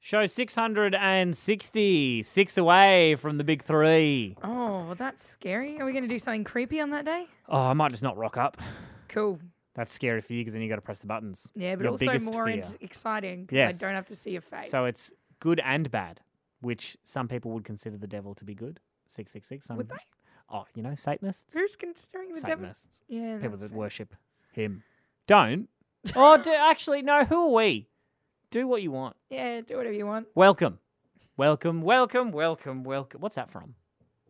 Show 660, six away from the big three. Oh, well, that's scary. Are we going to do something creepy on that day? Oh, I might just not rock up. Cool. That's scary for you because then you got to press the buttons. Yeah, but Your also biggest more fear. ent- exciting 'cause Yes. I don't have to see your face. So it's good and bad, which some people would consider the devil to be good. 666. Some, Would they? Oh, you know, Satanists? Who's considering the devil? Satanists. Yeah, People that's that fair. worship him. Don't. oh, do, actually, no, who are we? Do what you want. Yeah, do whatever you want. Welcome. Welcome, welcome, welcome, welcome. What's that from?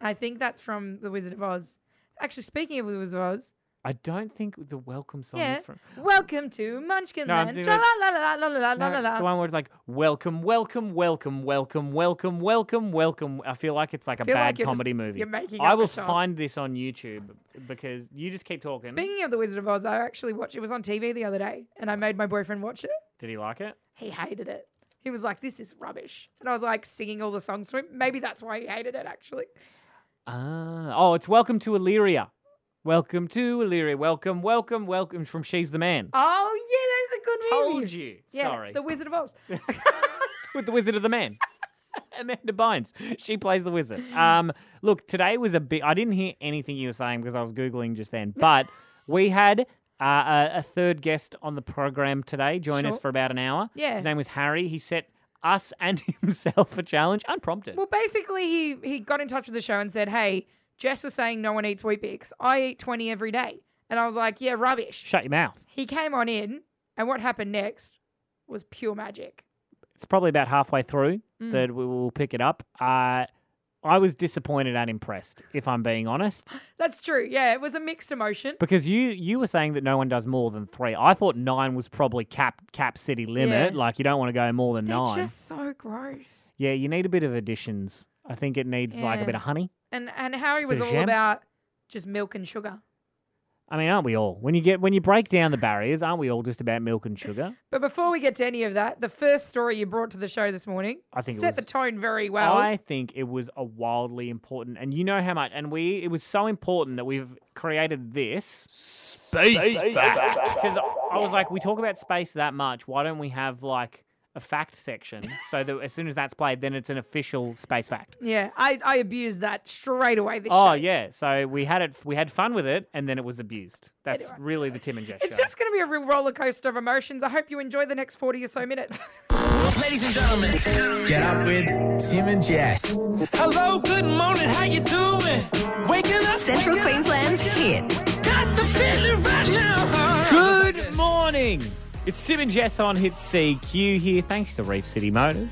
I think that's from The Wizard of Oz. Actually, speaking of The Wizard of Oz, I don't think the welcome song Yeah. is from. welcome to Munchkin No, I'm Land. thinking Tra la la la la la No, la The la la. one where it's like welcome, welcome, welcome, welcome, welcome, welcome, welcome. I feel like it's like a Feel like bad you're just- comedy movie. You're making I up will a song. find this on YouTube because you just keep talking. Speaking of The Wizard of Oz, I actually watched it was on TV the other day and I made my boyfriend watch it. Did he like it? He hated it. He was like, This is rubbish. And I was like singing all the songs to him. Maybe that's why he hated it actually. Ah, oh, it's welcome to Illyria. Welcome to Illyria. Welcome, welcome, welcome from She's the Man. Oh yeah, that's a good movie. Told you. Yeah, Sorry. The Wizard of Oz. With the Wizard of the Man. Amanda Bynes. She plays the wizard. Um, look, today was a big. I didn't hear anything you were saying because I was googling just then. But we had uh, a, a third guest on the program today. Join us Sure. for about an hour. Yeah. His name was Harry. He set us and himself a challenge, unprompted. well, basically, he he got in touch with the show and said, "Hey, Jess was saying no one eats wheat bix. I eat twenty every day." And I was like, "Yeah, rubbish." Shut your mouth. He came on in, and what happened next was pure magic. it's probably about halfway through Mm. that we will pick it up. Uh, I was disappointed and impressed, if I'm being honest, That's true. Yeah, it was a mixed emotion. because you you were saying that no one does more than three. I thought nine was probably cap cap city limit. Yeah. Like you don't want to go more than They're nine. just so gross. Yeah, you need a bit of additions. I think it needs like a Yeah. bit of honey. And and Harry was Bit of all jam? about just milk and sugar. I mean, aren't we all? When you get when you break down the barriers, aren't we all just about milk and sugar? But before we get to any of that, the first story you brought to the show this morning I think it set was- the tone very well. I think it was a wildly important, and you know how much, and we it was so important that we've created this space fact because I was like, we talk about space that much, why don't we have like a fact section so that as soon as that's played, then it's an official space fact. Yeah, I, I abused that straight away this Oh show. yeah, so we had it, we had fun with it, and then it was abused. That's Anyway. really the Tim and Jess It's show. just going to be a real roller coaster of emotions. I hope you enjoy the next 40 or so minutes. Ladies and gentlemen, Get up with Tim and Jess. hello, good morning, how you doing? Waking up, Central waking up, Queensland's hit. got the feeling right now. Good morning. It's Tim and Jess on Hit CQ here. Thanks to Reef City Motors.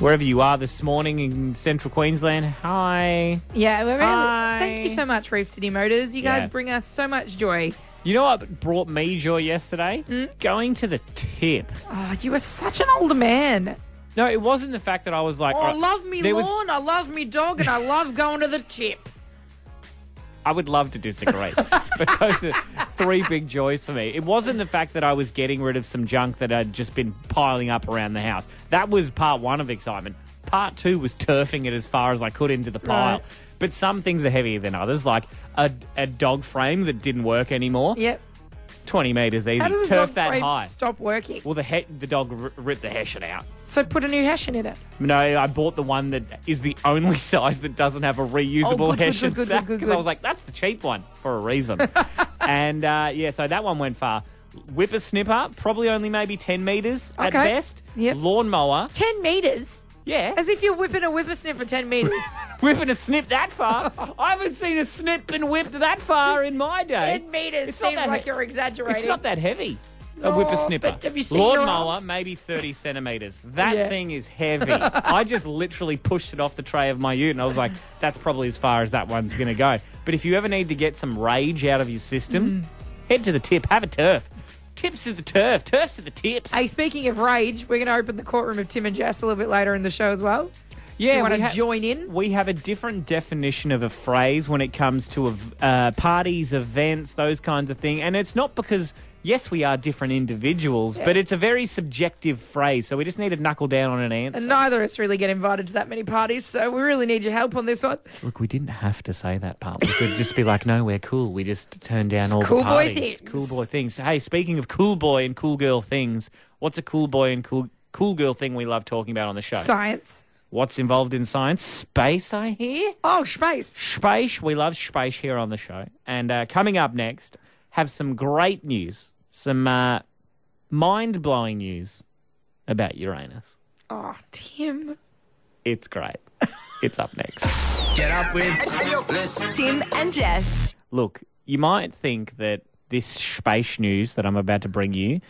Wherever you are this morning in central Queensland, hi. yeah, we're Hi. Thank you so much, Reef City Motors. You guys Yeah. bring us so much joy. You know what brought me joy yesterday? Hmm? Going to the tip. Oh, you are such an older man. No, it wasn't the fact that I was like, Oh, I oh, love me there was- lawn, I love me dog, and I love going to the tip. I would love to disagree. but those are three big joys for me. It wasn't the fact that I was getting rid of some junk that had just been piling up around the house. That was part one of excitement. Part two was turfing it as far as I could into the pile. Right. But some things are heavier than others, like a, a dog frame that didn't work anymore. Yep. 20 metres easy. How does a Turf dog that frame high. stop working? Well, the, he- the dog r- ripped the hessian out. So put a new hessian in it. No, I bought the one that is the only size that doesn't have a reusable Oh, good, good, Hessian good, good, sack. good, Because I good. was like, that's the cheap one for a reason. and uh, yeah, so that one went far. Whippersnipper, probably only maybe 10 metres at Okay. best. Yep. Lawnmower, 10 metres? yeah. As if you're whipping a whippersnip for 10 metres. Whipping a snip that far. I haven't seen a snip and whipped that far in my day. 10 metres It's not seems that like he- you're exaggerating. It's not that heavy. A No, whippersnipper. but have you seen your Lawnmower, arms? maybe 30 centimetres. That Yeah. thing is heavy. I just literally pushed it off the tray of my ute and I was like, that's probably as far as that one's going to go. But if you ever need to get some rage out of your system, Mm. head to the tip, have a turf. Tips to the turf, turfs to the tips. Hey, speaking of rage, we're going to open the courtroom of Tim and Jess a little bit later in the show as well. yeah, you want we to ha- join in? We have a different definition of a phrase when it comes to ev- uh, parties, events, those kinds of thing. And it's not because, yes, we are different individuals, but it's a very subjective phrase. So we just need to knuckle down on an answer. And neither of us really get invited to that many parties, so we really need your help on this one. Look, we didn't have to say that part. We could just be like, no, we're cool. We just turn down all cool the boy parties. things. Cool boy things. Hey, speaking of cool boy and cool girl things, what's a cool boy and cool cool girl thing we love talking about on the show. Science. What's involved in science? Space, I hear. Oh, space. Space. We love space here on the show. And uh, coming up next, have some great news, some uh, mind blowing news about Uranus. Oh, Tim. It's great. it's up next. Get up with Tim and Jess. Look, you might think that this space news that I'm about to bring you,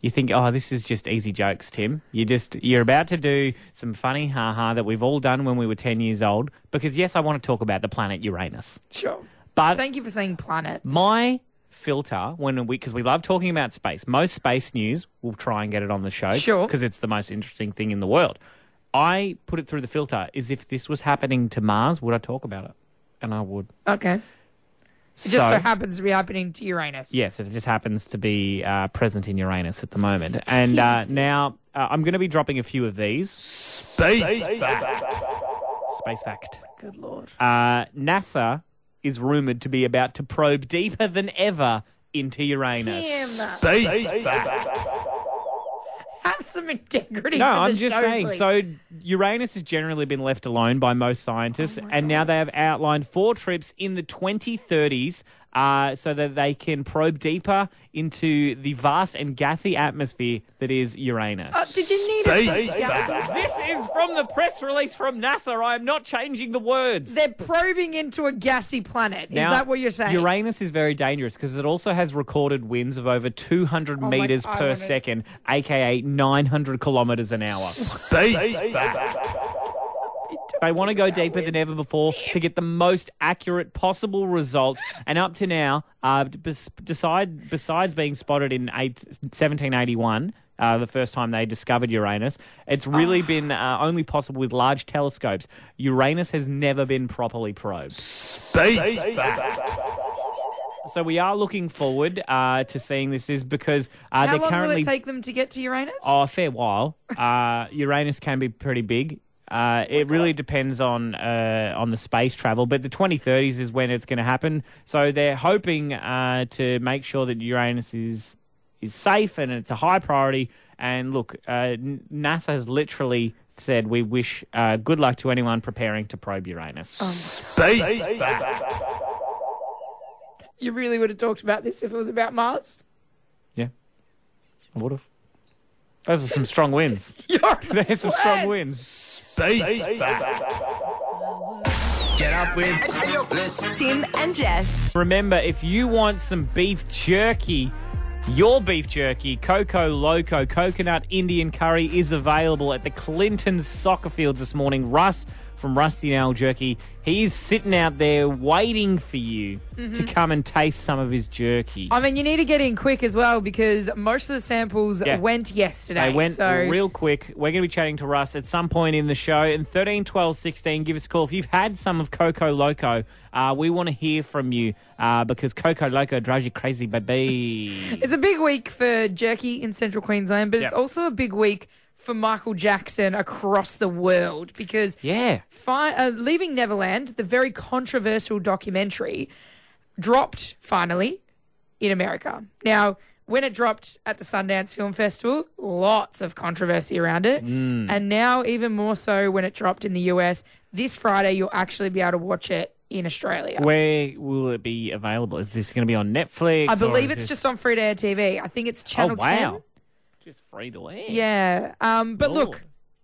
you think, oh, this is just easy jokes, Tim. You just you're about to do some funny ha ha that we've all done when we were ten years old. Because yes, I want to talk about the planet Uranus, Sure. but Thank you for saying planet. my filter when we because we love talking about space most space news we'll try and get it on the show Sure. because it's the most interesting thing in the world i put it through the filter is if this was happening to mars would i talk about it and i would Okay. It just so happens to be happening to Uranus. Yes, it just happens to be uh, present in Uranus at the moment. And uh, now uh, I'm going to be dropping a few of these. Space, fact. Space fact. Good lord. Uh, NASA is rumored to be about to probe deeper than ever into Uranus. Tim, have some integrity. No, for the I'm just show, saying. please. So Uranus has generally been left alone by most scientists, and now they have outlined four trips in the 2030s. Uh, so that they can probe deeper into the vast and gassy atmosphere that is Uranus. Uh, did you need a yeah. this is from the press release from NASA. I am not changing the words. They're probing into a gassy planet. Now, is that what you're saying? Uranus is very dangerous because it also has recorded winds of over 200 my- meters I per wanna- second, aka 900 kilometers an hour. They want to go deeper than ever before to get the most accurate possible results. and up to now, uh, bes- decide, besides being spotted in eight, 1781, uh, the first time they discovered Uranus, it's really Ah. been uh, only possible with large telescopes. Uranus has never been properly probed. So we are looking forward uh, to seeing this is because uh, How they're long currently will it take them to get to Uranus? Oh, a fair while. Uh, Uranus can be pretty big. Uh, it really depends on uh, on the space travel, but the 2030s is when it's going to happen. So they're hoping uh, to make sure that Uranus is is safe and it's a high priority. And look, uh, N- NASA has literally said we wish uh, good luck to anyone preparing to probe Uranus. You really would have talked about this if it was about Mars. Yeah, I would have. Those are some strong wins. You're There's some strong blessed. wins. Get up with Tim and Jess. Remember, if you want some beef jerky, your beef jerky, Coco Loco, coconut Indian curry is available at the Clinton soccer fields this morning. Russ from Rusty Nail Jerky, he is sitting out there waiting for you to come and taste some of his jerky. I mean, you need to get in quick as well because most of the samples Yeah. went yesterday. They went so real quick. We're going to be chatting to Russ at some point in the show. And 13, 12, 16, give us a call. If you've had some of Coco Loco, uh, we want to hear from you uh, because Coco Loco drives you crazy, baby. It's a big week for jerky in central Queensland, but it's Yep. also a big week for Michael Jackson across the world because yeah. fi- uh, Leaving Neverland, the very controversial documentary, dropped finally in America. Now, when it dropped at the Sundance Film Festival, lots of controversy around it. Mm. And now, even more so when it dropped in the US, this Friday, you'll actually be able to watch it in Australia. Where will it be available? Is this going to be on Netflix? I or believe is it's this- just on free to air TV. I think it's Oh, Channel 10. wow. Just free to air. Yeah. Um, but look, Lord.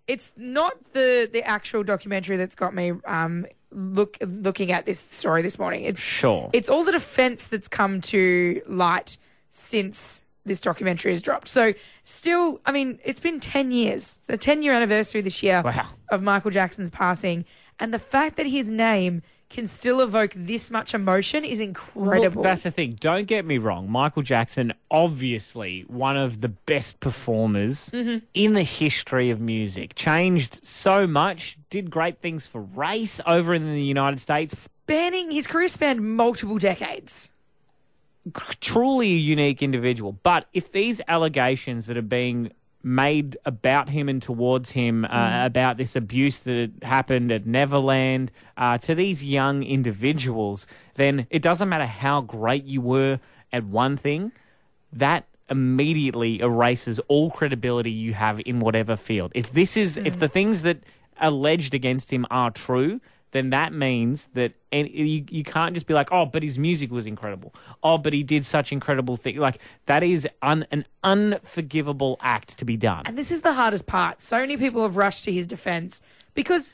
it's not the the actual documentary that's got me um look looking at this story this morning. It's Sure. it's all the defense that's come to light since this documentary has dropped. So still, I mean, it's been 10 years. It's the 10 year anniversary this year Wow. of Michael Jackson's passing and the fact that his name can still evoke this much emotion is Look, incredible. that's the thing. Don't get me wrong. Michael Jackson, obviously one of the best performers Mm-hmm. in the history of music, changed so much, did great things for race over in the United States. Spanning his career spanned multiple decades. Truly a unique individual. But if these allegations that are being made about him and towards him uh, about this abuse that happened at Neverland uh, to these young individuals, then it doesn't matter how great you were at one thing, that immediately erases all credibility you have in whatever field. If this is if the things that alleged against him are true, then that means that and you, you can't just be like, oh, but his music was incredible. Oh, but he did such incredible thing. Like that is un, an unforgivable act to be done. And this is the hardest part. So many people have rushed to his defense because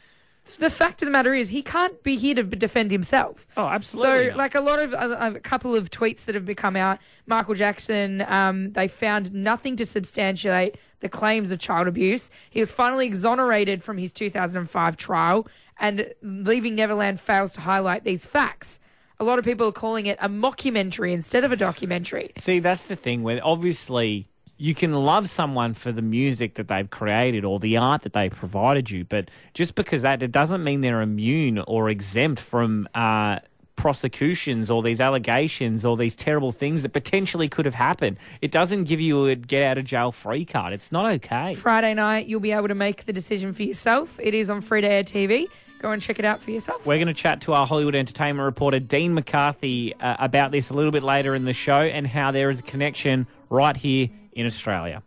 the fact of the matter is he can't be here to b- defend himself. Oh, absolutely So, not. like a lot of a, a couple of tweets that have be- come out, Michael Jackson, um, they found nothing to substantiate the claims of child abuse. He was finally exonerated from his 2005 trial, and Leaving Neverland fails to highlight these facts. A lot of people are calling it a mockumentary instead of a documentary. See, that's the thing where obviously you can love someone for the music that they've created or the art that they provided you, but just because that it doesn't mean they're immune or exempt from uh, prosecutions or these allegations or these terrible things that potentially could have happened. It doesn't give you a get out of jail free card. It's not okay. Friday night, you'll be able to make the decision for yourself. It is on free to air TV. Go and check it out for yourself. We're going to chat to our Hollywood entertainment reporter, Dean McCarthy, uh, about this a little bit later in the show and how there is a connection right here in Australia.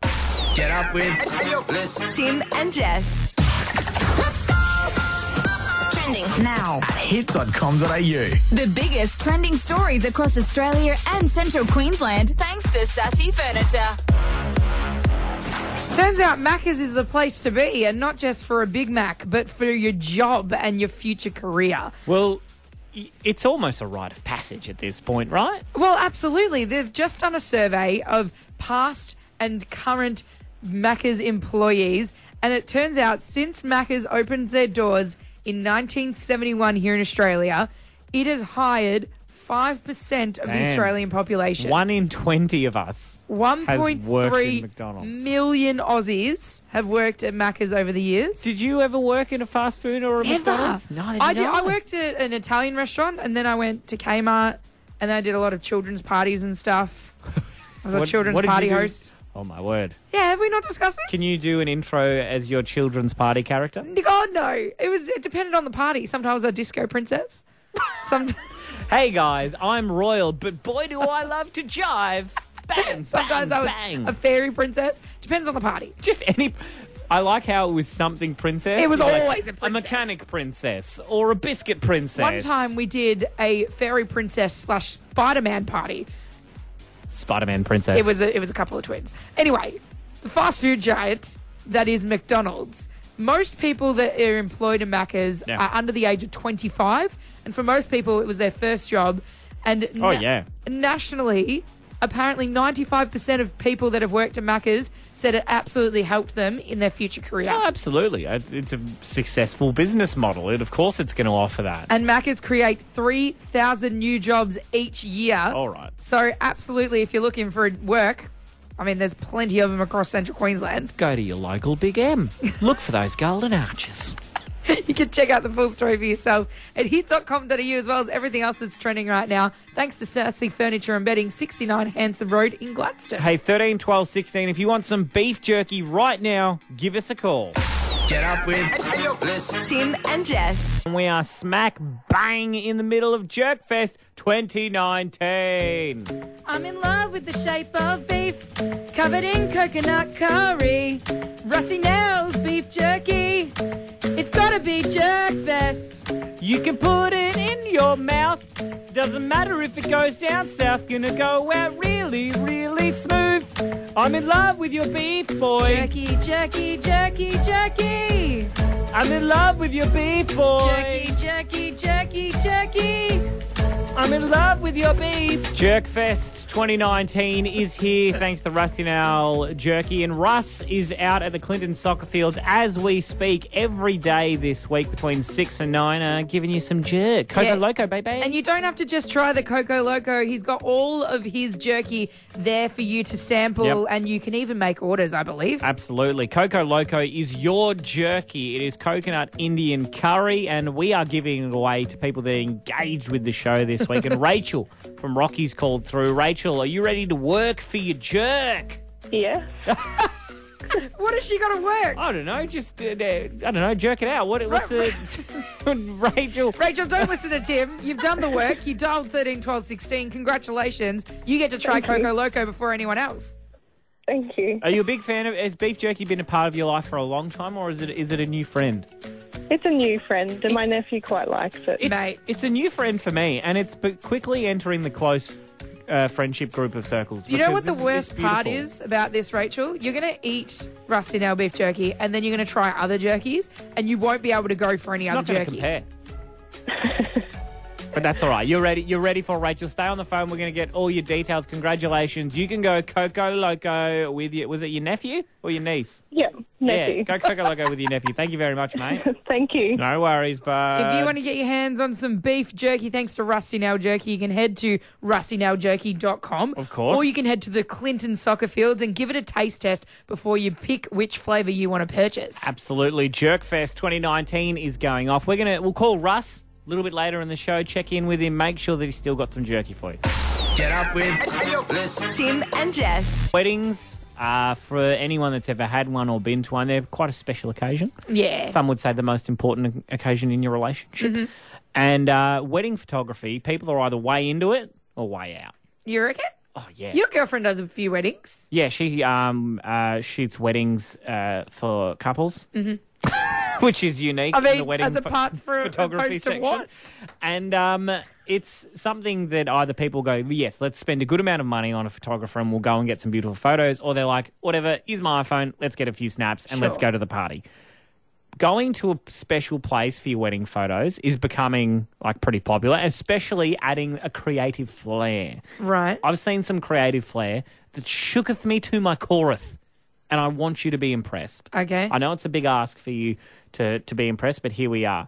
Get up with. This Tim and Jess. Trending. Now, Hits.com.au. The biggest trending stories across Australia and central Queensland thanks to Sassy Furniture. Turns out Macca's is the place to be, and not just for a Big Mac, but for your job and your future career. Well, y- it's almost a rite of passage at this point, right? Well, absolutely. They've just done a survey of past and current Macca's employees, and it turns out since Macca's opened their doors in 1971 here in Australia, it has hired 5% of the Man. Australian population. One in 20 of us. has worked in 1.3 McDonald's. million Aussies have worked at Macca's over the years. Did you ever work in a fast food or a Ever. McDonald's? No, I, did, I worked at an Italian restaurant and then I went to Kmart and I did a lot of children's parties and stuff. I was a What- children's what did you party do? host. Oh, my word. Yeah, have we not discussed this? Can you do an intro as your children's party character? God oh, no! It was it depended on the party. Sometimes I was a disco princess. Some, Hey, guys, I'm royal, but boy, do I love to jive. Bang, sometimes bang, I was bang. a fairy princess. Depends on the party. Just any. I like how it was something princess. It was You're like, always a princess. mechanic princess or a biscuit princess. One time we did a fairy princess slash Spider Man party. Spider Man princess. It was a, it was a couple of twins. Anyway, the fast food giant that is McDonald's. Most people that are employed in Macca's Yeah. are under the age of 25, and for most people, it was their first job. And Oh, yeah. nationally, apparently 95% of people that have worked at Macca's said it absolutely helped them in their future career. Oh, absolutely. Uh, It's a successful business model. It, of course, it's going to offer that. And Macca's create 3,000 new jobs each year. All right. So, absolutely, if you're looking for work, I mean, there's plenty of them across central Queensland. Go to your local Big M. Look for those golden arches. You can check out the full story for yourself at hit.com.au as well as everything else that's trending right now. Thanks to Sassy Furniture and Bedding, 69 Hanson Road in Gladstone. Hey, 13, 12, 16, if you want some beef jerky right now, give us a call. Get up with. this Tim and Jess. And we are smack bang in the middle of Jerkfest 2019. I'm in love with the shape of beef, covered in coconut curry, rusty nails, beef jerky. It's gotta be Jerkfest. You can put it in your mouth. Doesn't matter if it goes down south. Gonna go out really, really smooth. I'm in love with your beef, boy. Jerky, jerky, jerky, jerky. I'm in love with your beef, boy. Jerky, jerky, jerky, jerky. I'm in love with your beef. Jerkfest 2019 is here thanks to Rusty Now Jerky. And Russ is out at the Clinton soccer fields as we speak every day this week between 6 and 9, uh, giving you some jerk. Coco Yeah. Loco, baby. And And you don't have to just try the Coco Loco. He's got all of his jerky there for you to sample, Yep. and you can even make orders, I believe. Absolutely. Coco Loco is your jerky. It is coconut Indian curry, and we are giving it away to people that are engaged with the show this week. and Rachel from Rocky's called through. Rachel, are you ready to work for your jerk? Yeah. What has she got to work? I don't know. Just uh, uh, I don't know. Jerk it out. What? What's a Rachel? Rachel, don't listen to Tim. You've done the work. You dialed 13, 12, 16. Congratulations. You get to try Coco Loco before anyone else. Thank you. Are you a big fan of? Has beef jerky been a part of your life for a long time, or is it is it a new friend? It's a new friend, and my nephew quite likes it. It's, Mate. it's a new friend for me, and it's but quickly entering the close uh, friendship group of circles. Do you know because what the this is- worst it's part beautiful. is about this, Rachel? You're going to eat rusty nail beef jerky and then you're going to try other jerkies and you won't be able to go for any It's other not going to jerky. compare. but that's all right. You're ready. You're ready for Rachel. Stay on the phone. We're going to get all your details. Congratulations. You can go Coco Loco with your. Was it your nephew or your niece? Yeah, nephew. Yeah, go Coco Loco with your nephew. Thank you very much, mate. Thank you. No worries, but If you want to get your hands on some beef jerky, thanks to Rusty Nail Jerky, you can head to rustynailjerky.com. Of course. Or you can head to the Clinton soccer fields and give it a taste test before you pick which flavour you want to purchase. Absolutely. Jerkfest 2019 is going off. We're gonna we'll call Russ a little bit later in the show, check in with him, make sure that he's still got some jerky for you. Get up with Tim and Jess. Weddings uh, for anyone that's ever had one or been to one, they're quite a special occasion. Yeah. Mm-hmm. Some would say the most important occasion in your relationship. And uh, wedding photography, people are either way into it or way out. you reckon? Oh yeah. Your girlfriend does a few weddings. Yeah, she um uh, shoots weddings uh, for couples, mm-hmm. which is unique. I in the mean, wedding as pho- apart from photography opposed to section. what? And um, it's something that either people go, yes, let's spend a good amount of money on a photographer and we'll go and get some beautiful photos, or they're like, whatever, here's my iPhone, let's get a few snaps and let's Sure. go to the party. Going to a special place for your wedding photos is becoming like pretty popular, especially adding a creative flair. Right. I've seen some creative flair that shooketh me to my coreth, and I want you to be impressed. Okay. I know it's a big ask for you to, to be impressed, but here we are.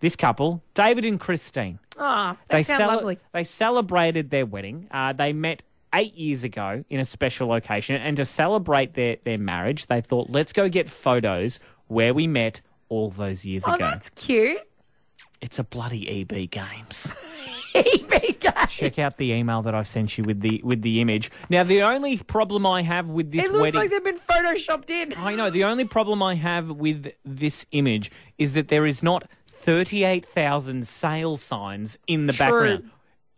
This couple, David and Christine, Ah, they, sound cele- lovely. They celebrated their wedding. Uh, they met eight years ago in a special location, and to celebrate their, their marriage, they thought, let's go get photos where we met all those years Oh, ago. that's cute. It's a bloody EB Games. EB guy. Check out the email that I've sent you with the with the image. Now, the only problem I have with this It looks wedding, like they've been photoshopped in. I know the only problem I have with this image is that there is not thirty-eight thousand sale signs in the True. background.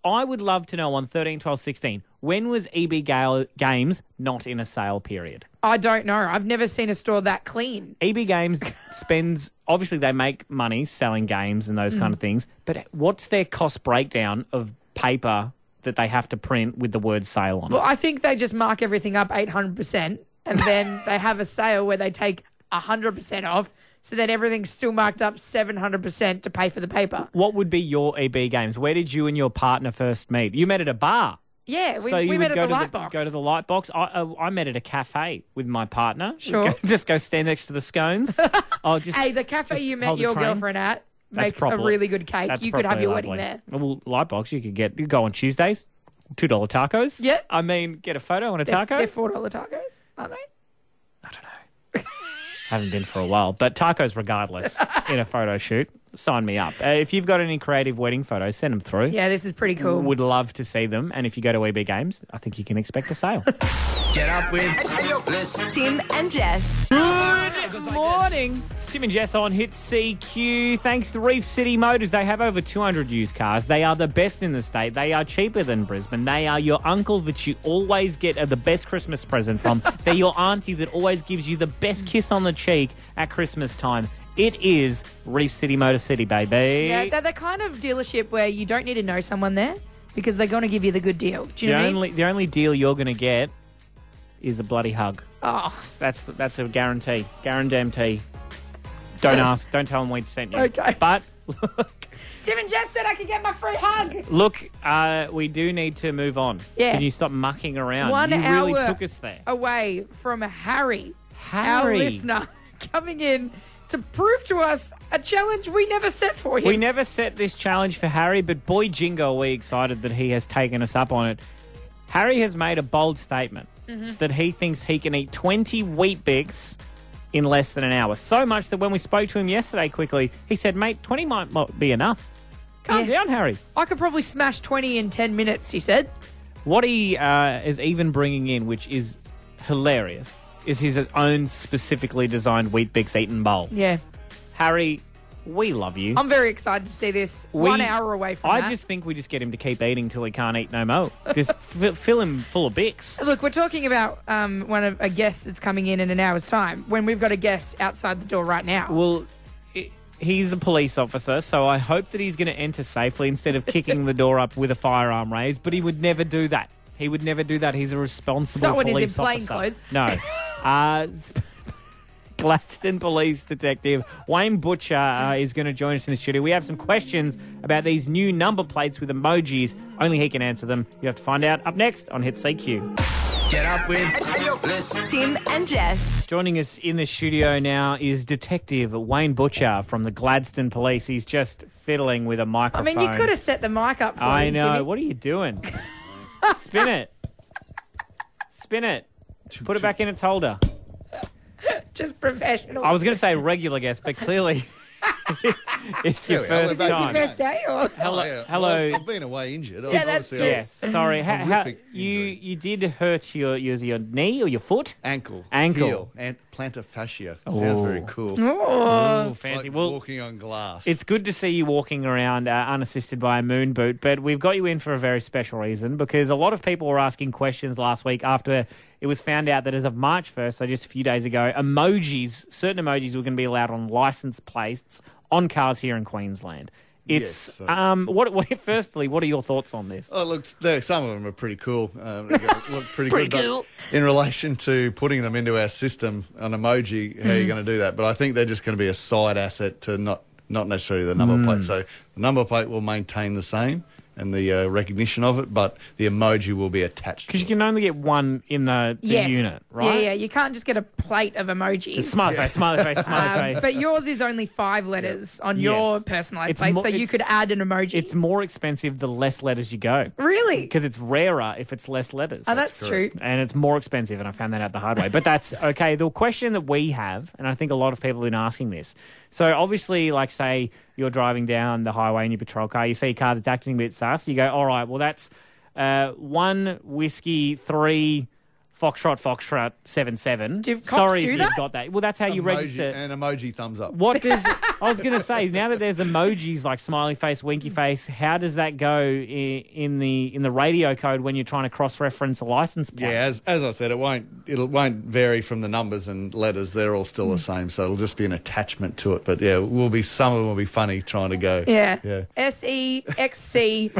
I would love to know on 13, 12, 16, when was EB Gale Games not in a sale period? I don't know. I've never seen a store that clean. EB Games spends obviously they make money selling games and those Mm. kind of things, but what's their cost breakdown of paper that they have to print with the word sale on? it? Well, I think they just mark everything up 800% and then they have a sale where they take 100% off. So that everything's still marked up 700% to pay for the paper. What would be your EB games? Where did you and your partner first meet? You met at a bar. Yeah, we, so you we would met at go the to light the box. go to the light box. I, uh, I met at a cafe with my partner. We'd Sure. go- just go stand next to the scones. I'll just hey, the cafe you met hold the your train. girlfriend at That's makes proper- a really good cake. that's you could have properly your wedding lovely. there. Well, light box. You could get you go on Tuesdays. Two dollar tacos. Yep. I mean, get a photo on a They're, taco. they're $4 tacos, aren't they? haven't been for a while, but tacos regardless in a photo shoot. Sign me up. Uh, if you've got any creative wedding photos, send them through. Yeah, this is pretty cool. Would love to see them. And if you go to EB Games, I think you can expect a sale. Get up with Tim and Jess. Good morning. It's Tim and Jess on Hit CQ. Thanks to Reef City Motors. They have over 200 used cars. They are the best in the state. They are cheaper than Brisbane. They are your uncle that you always get uh, the best Christmas present from. They're your auntie that always gives you the best kiss on the cheek at Christmas time. It is Reef City Motor City, baby. Yeah, they're the kind of dealership where you don't need to know someone there because they're going to give you the good deal. Do you the know only the only deal you're going to get is a bloody hug. what I mean? Oh, That's that's a guarantee. Guarantee. Don't ask. Don't tell them we'd sent you. Okay. But look, Tim and Jess said I could get my free hug. look. Uh, we do need to move on. Yeah. Can you stop mucking around? One you really hour took us there. away from Harry, our Harry. listener, coming in to prove to us a challenge we never set for him. We never set this challenge for Harry, but boy jingo, are we excited that he has taken us up on it. Harry has made a bold statement Mm-hmm. that he thinks he can eat 20 Wheat Bix in less than an hour. So much that when we spoke to him yesterday quickly, he said, mate, 20 might not be enough. Calm Yeah. down, Harry. I could probably smash 20 in 10 minutes, he said. What he uh, is even bringing in, which is hilarious, is his own specifically designed Wheat Bix Eaten bowl. Yeah. Harry, We love you. I'm very excited to see this. We- One hour away from I that. just think we just get him to keep eating till he can't eat no more. Just f- fill him full of bix. Look, we're talking about um, one of a guest that's coming in in an hour's time when we've got a guest outside the door right now. Well, i he's a police officer, so I hope that he's going to enter safely instead of kicking the door up with a firearm raised. But he would never do that. He would never do that. He's a responsible Not when he's in police plain officer. clothes. No. uh, Gladstone Police Detective Wayne Butcher uh, is going to join us in the studio. We have some questions about these new number plates with emojis. Only he can answer them. You have to find out up next on Hit CQ. Get up with Bliss. Tim and Jess. Joining us in the studio now is Detective Wayne Butcher from the Gladstone Police. He's just fiddling with a I microphone. mean, you could have set the mic up for I him, know. Timmy. What are you doing? Spin it. Spin it. Put it back in its holder. Just professional. I was going to say regular guest, but clearly it's, it's your There we are. first That's your time. first- first day or Hello. hello. I've, I've been away injured. Yeah, that's Obviously, I- Yes. Sorry. How, how, Horrific you injury. you did hurt your your, your knee or your foot? Ankle. Ankle. Heel, and plantar fascia. Sounds very Oh. cool. Oh, It's fancy. like well, walking on glass. It's good to see you walking around uh, unassisted by a moon boot, but we've got you in for a very special reason because a lot of people were asking questions last week after it was found out that as of March 1st, so just a few days ago, emojis, certain emojis were going to be allowed on license plates on cars here in Queensland. It's Yes, so- um what, what firstly, what are your thoughts on this? Oh, look, there, some of them are pretty cool. Um, they go- look pretty, good. but cool. In relation to putting them into our system, an emoji, how Mm-hmm. are you going to do that? But I think they're just going to be a side asset to not, not necessarily the number Mm. plate. So the number plate will maintain the same and the uh, recognition of it, but the emoji will be attached. to Because you it. can only get one in the, the yes. unit, right? Yeah, yeah. You can't just get a plate of emojis. Smiley face, smiley face, smiley Um, face. but yours is only five letters on your Yes. personalized It's plate, more- so you it's- could add an emoji. it's more expensive the less letters you go. really? Because it's rarer if it's less letters. Oh, that's, true. and it's more expensive, and I found that out the hard way. But that's okay. The question that we have, and I think a lot of people have been asking this. So obviously, like say you're driving down the highway in your patrol car, you see a car that's acting a bit sus. You go, all right, well that's uh, one whiskey, three foxtrot, foxtrot, seven seven. Do cops Sorry do if that? you've got that. Well, that's how you Emoji- register. An emoji thumbs up. What does I was going to say? Now that there's emojis like smiley face, winky face, how does that go i- in the in the radio code when you're trying to cross reference a license plate? Yeah, as, as I said, it won't it won't vary from the numbers and letters. They're all still the Hmm. same, so it'll just be an attachment to it. But yeah, will be some of them will be funny trying to go. Yeah. yeah. S E X C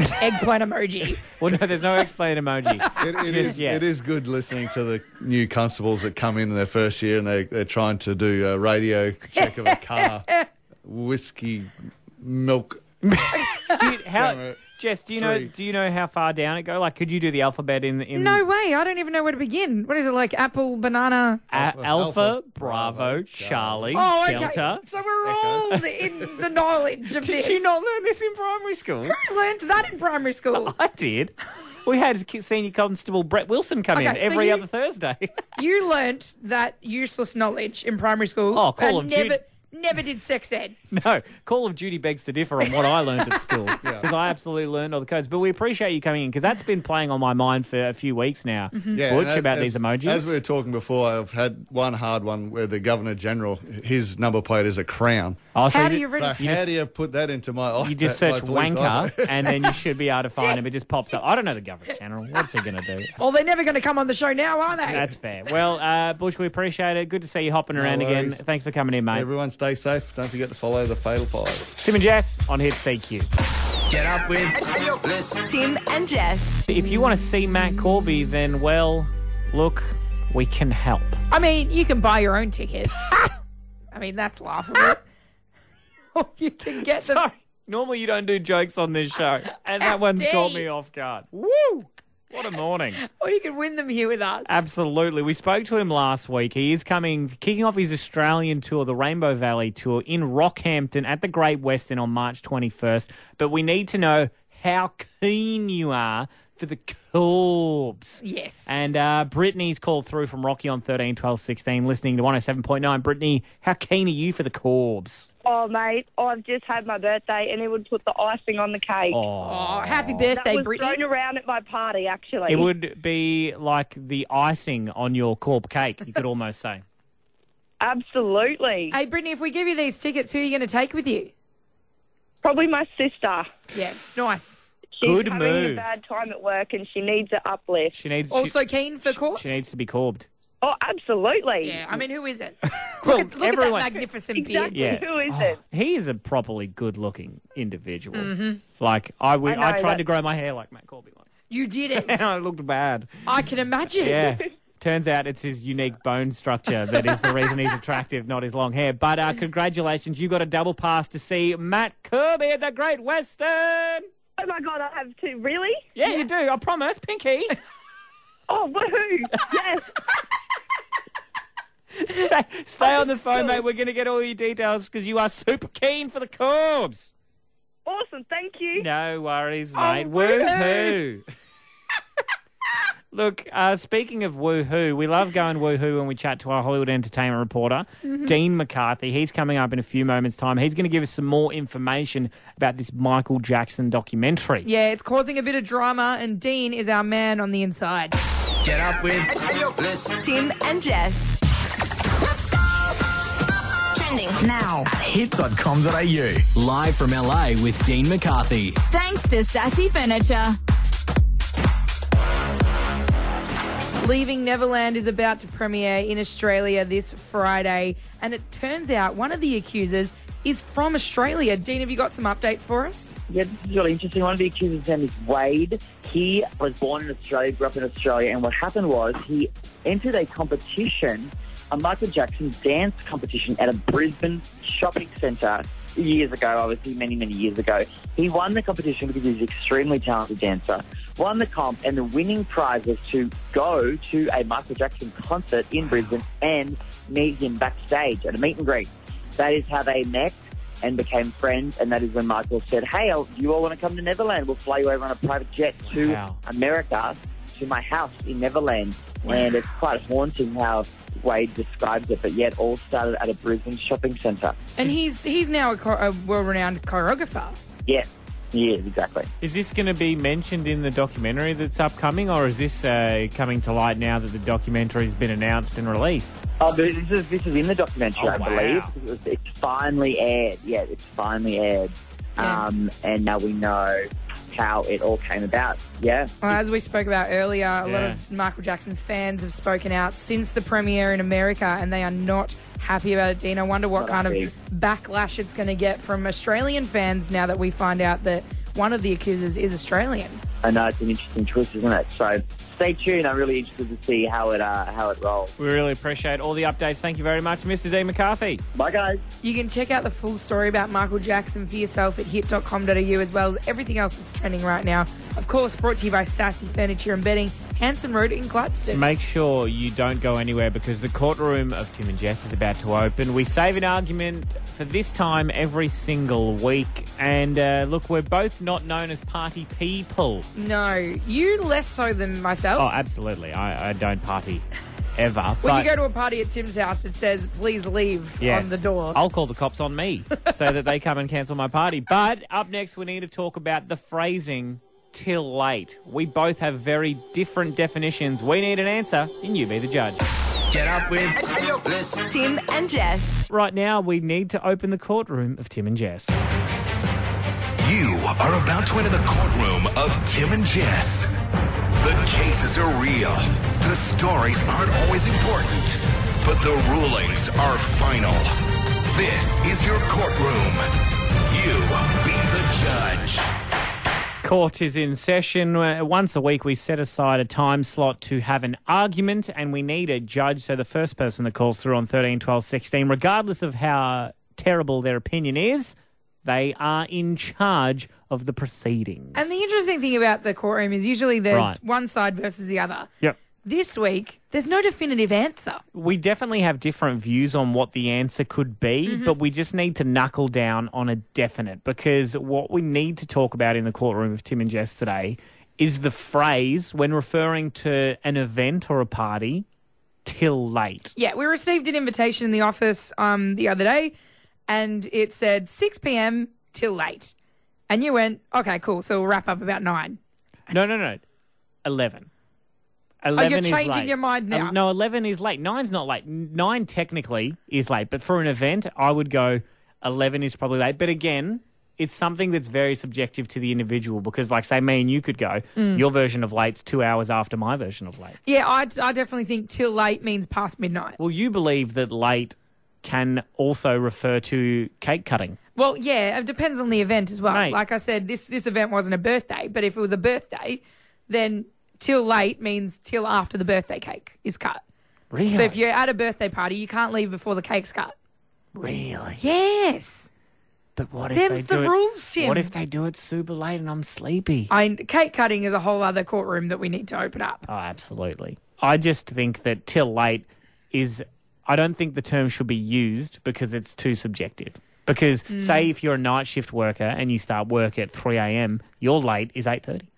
eggplant emoji. Well, no, there's no explain emoji. It, it is yeah. it is good listening to the new constables that come in their first year and they they're trying to do a radio check of a car, whiskey, milk. Do you- how, Damn it. Jess, do you know Three. do you know how far down it go? Like, could you do the alphabet in in No way. I don't even know where to begin. What is it like? Apple, banana. A- Alpha, Alpha, Bravo, Bravo, Charlie, Oh, okay. Delta? So we're all in the knowledge of this. Did you not learn this in primary school? I learned that in primary school. I did. We had ki- senior constable Brett Wilson come in Okay, so every you- other Thursday. you learnt that useless knowledge in primary school. Oh, Call and of never, Duty. never did sex ed. no, Call of Duty begs to differ on what I learned at school because I absolutely learned all the codes. But we appreciate you coming in because that's been playing on my mind for a few weeks now. Mm-hmm. Yeah, Butch, and about as- these emojis. As we were talking before, I've had one hard one where the governor general his number plate is a crown. Oh, so How do did- you So register? how just- do you put that into my You just my search police wanker, iPhone? and then you should be able to find him. It just pops up. I don't know the government general. What's he going to do? Well, they're never going to come on the show now, are they? That's fair. Well, uh, Bush, we appreciate it. Good to see you hopping around again. worries. Thanks for coming in, mate. Everyone stay safe. Don't forget to follow the Fatal Five. Tim and Jess on Hit CQ. Get up with Bliss. Tim and Jess. If you want to see Matt Corby, then, well, look, we can help. I mean, you can buy your own tickets. I mean, that's laughable. Or you can get them. Sorry. Normally you don't do jokes on this show, and that one's dare caught you. me off guard. Woo! What a morning. Or you can win them here with us. Absolutely. We spoke to him last week. He is coming, kicking off his Australian tour, the Rainbow Valley tour, in Rockhampton at the Great Western on March 21st. But we need to know how keen you are for the Corbs. yes. And uh, Brittany's called through from Rocky on 13, 12, 16, listening to 107.9. Brittany, how keen are you for the Corbs? Oh, mate, I've just had my birthday and it would put the icing on the cake. Oh, Oh. happy that birthday, was Brittany. thrown around at my party, actually. It would be like the icing on your Corb cake, you could almost say. Absolutely. Hey, Brittany, if we give you these tickets, who are you going to take with you? Probably my sister. Yeah, nice. She's Good having move. a bad time at work and she needs an uplift. She needs she- Also keen for courts? she needs to be corbed. Oh, absolutely. yeah, I mean, who is it? Well, Look, at, look at that everyone- magnificent beard. Exactly. Yeah. Oh, Who is it? He is a properly good-looking individual. Like I, w- I, I know, tried to that's- grow my hair like Matt Corby once, You did it. and I looked bad. I can imagine. Yeah. Turns out it's his unique bone structure that is the reason he's attractive, not his long hair. But uh, congratulations, you got a double pass to see Matt Kirby at the Great Western. Yeah, Oh my god, I have two. Really? you do. I promise, Pinky. Oh, woohoo! yes. Stay on the phone, mate. We're going to get all your details because you are super keen for the Corbs. Awesome. Thank you. No worries, mate. Oh, woo-hoo. woohoo! Look, uh, speaking of woohoo, we love going woohoo when we chat to our Hollywood entertainment reporter, Mm-hmm. Dean McCarthy. He's coming up in a few moments' time. He's going to give us some more information about this Michael Jackson documentary. Yeah, it's causing a bit of drama, and Dean is our man on the inside. Get up with Bliss. Tim and Jess. Let's go. Trending now. Hits.com.au. Live from LA with Dean McCarthy. Thanks to Sassy Furniture. Leaving Neverland is about to premiere in Australia this Friday, and it turns out one of the accusers is from Australia. Dean, have you got some updates for us? Yeah, this is really interesting. One of the accusers' name is Wade. He was born in Australia, grew up in Australia, and what happened was he entered a competition, a Michael Jackson dance competition at a Brisbane shopping centre years ago, obviously many, many years ago. He won the competition because he's an extremely talented dancer, won the comp, and the winning prize was to go to a Michael Jackson concert in Brisbane and meet him backstage at a meet and greet. That is how they met and became friends. And that is when Michael said, Hey, I'll- you all want to come to Neverland? We'll fly you over on a private jet to Wow. America, to my house in Neverland. And it's quite haunting how Wade describes it, but yet all started at a Brisbane shopping centre. And he's he's now a, cho- a world-renowned choreographer. Yeah, yeah, exactly. Is this going to be mentioned in the documentary that's upcoming, or is this uh, coming to light now that the documentary's been announced and released? Oh, but this is this is in the Oh, documentary, I wow. believe. It was- It's finally aired. Yeah, it's finally aired. Yeah. Um, and now we know how it all came about. Yeah. Well, as we spoke about earlier, a lot Yeah. of Michael Jackson's fans have spoken out since the premiere in America, and they are not happy about it. Dean, I wonder what Not kind happy. of backlash it's going to get from Australian fans now that we find out that one of the accusers is Australian. I know it's an interesting twist, isn't it? So stay tuned. I'm really interested to see how it uh, how it rolls. We really appreciate all the updates. Thank you very much, Mr. Dean McCarthy. Bye, guys. You can check out the full story about Michael Jackson for yourself at hit.com.au as well as everything else that's trending right now. Of course, brought to you by Sassy Furniture and Bedding, Hanson Road in Gladstone. Make sure you don't go anywhere because the courtroom of Tim and Jess is about to open. We save an argument for this time every single week. And uh, look, we're both not known as party people. No, you less so than myself. Oh, absolutely. I, I don't party ever. When but you go to a party at Tim's house, it says "Please leave" yes, on the door. I'll call the cops on me so that they come and cancel my party. But up next, we need to talk about the phrasing till late. We both have very different definitions. We need an answer, and you be the judge. Get up with Bliss. Tim and Jess. Right now, we need to open the courtroom of Tim and Jess. You are about to enter the courtroom of Tim and Jess. The cases are real. The stories aren't always important, but the rulings are final. This is your courtroom. You be the judge. Court is in session. Uh, Once a week, we set aside a time slot to have an argument, and we need a judge. So the first person that calls through on 13, 12, 16, regardless of how terrible their opinion is, they are in charge of the proceedings. and the interesting thing about the courtroom is usually there's Right. one side versus the other. yep. This week, there's no definitive answer. We definitely have different views on what the answer could be, but we just need to knuckle down on a definite because what we need to talk about in the courtroom of Tim and Jess today is the phrase when referring to an event or a party till late. Yeah, we received an invitation in the office um, the other day, and it said 6 p.m. till late. And you went, okay, cool. So we'll wrap up about nine. No, no, no. 11. Oh, 11 you're is changing late. your mind now. Um, no, 11 is late. Nine's not late. Nine technically is late, but for an event, I would go 11 is probably late. But again, it's something that's very subjective to the individual because, like, say, me and you could go, Mm. your version of late's two hours after my version of late. Yeah, I, I definitely think till late means past midnight. Well, you believe that late can also refer to cake cutting. Well, yeah, it depends on the event as well. Like I said, this this event wasn't a birthday, but if it was a birthday, then till late means till after the birthday cake is cut. Really? So if you're at a birthday party, you can't leave before the cake's cut. Really? Yes. But what if Them's they the do it- rules, Tim. What if they do it super late and I'm sleepy? I, cake cutting is a whole other courtroom that we need to open up. Oh, absolutely. I just think that till late is. I don't think the term should be used because it's too subjective. Because Mm. say if you're a night shift worker and you start work at three a.m., your late is eight thirty.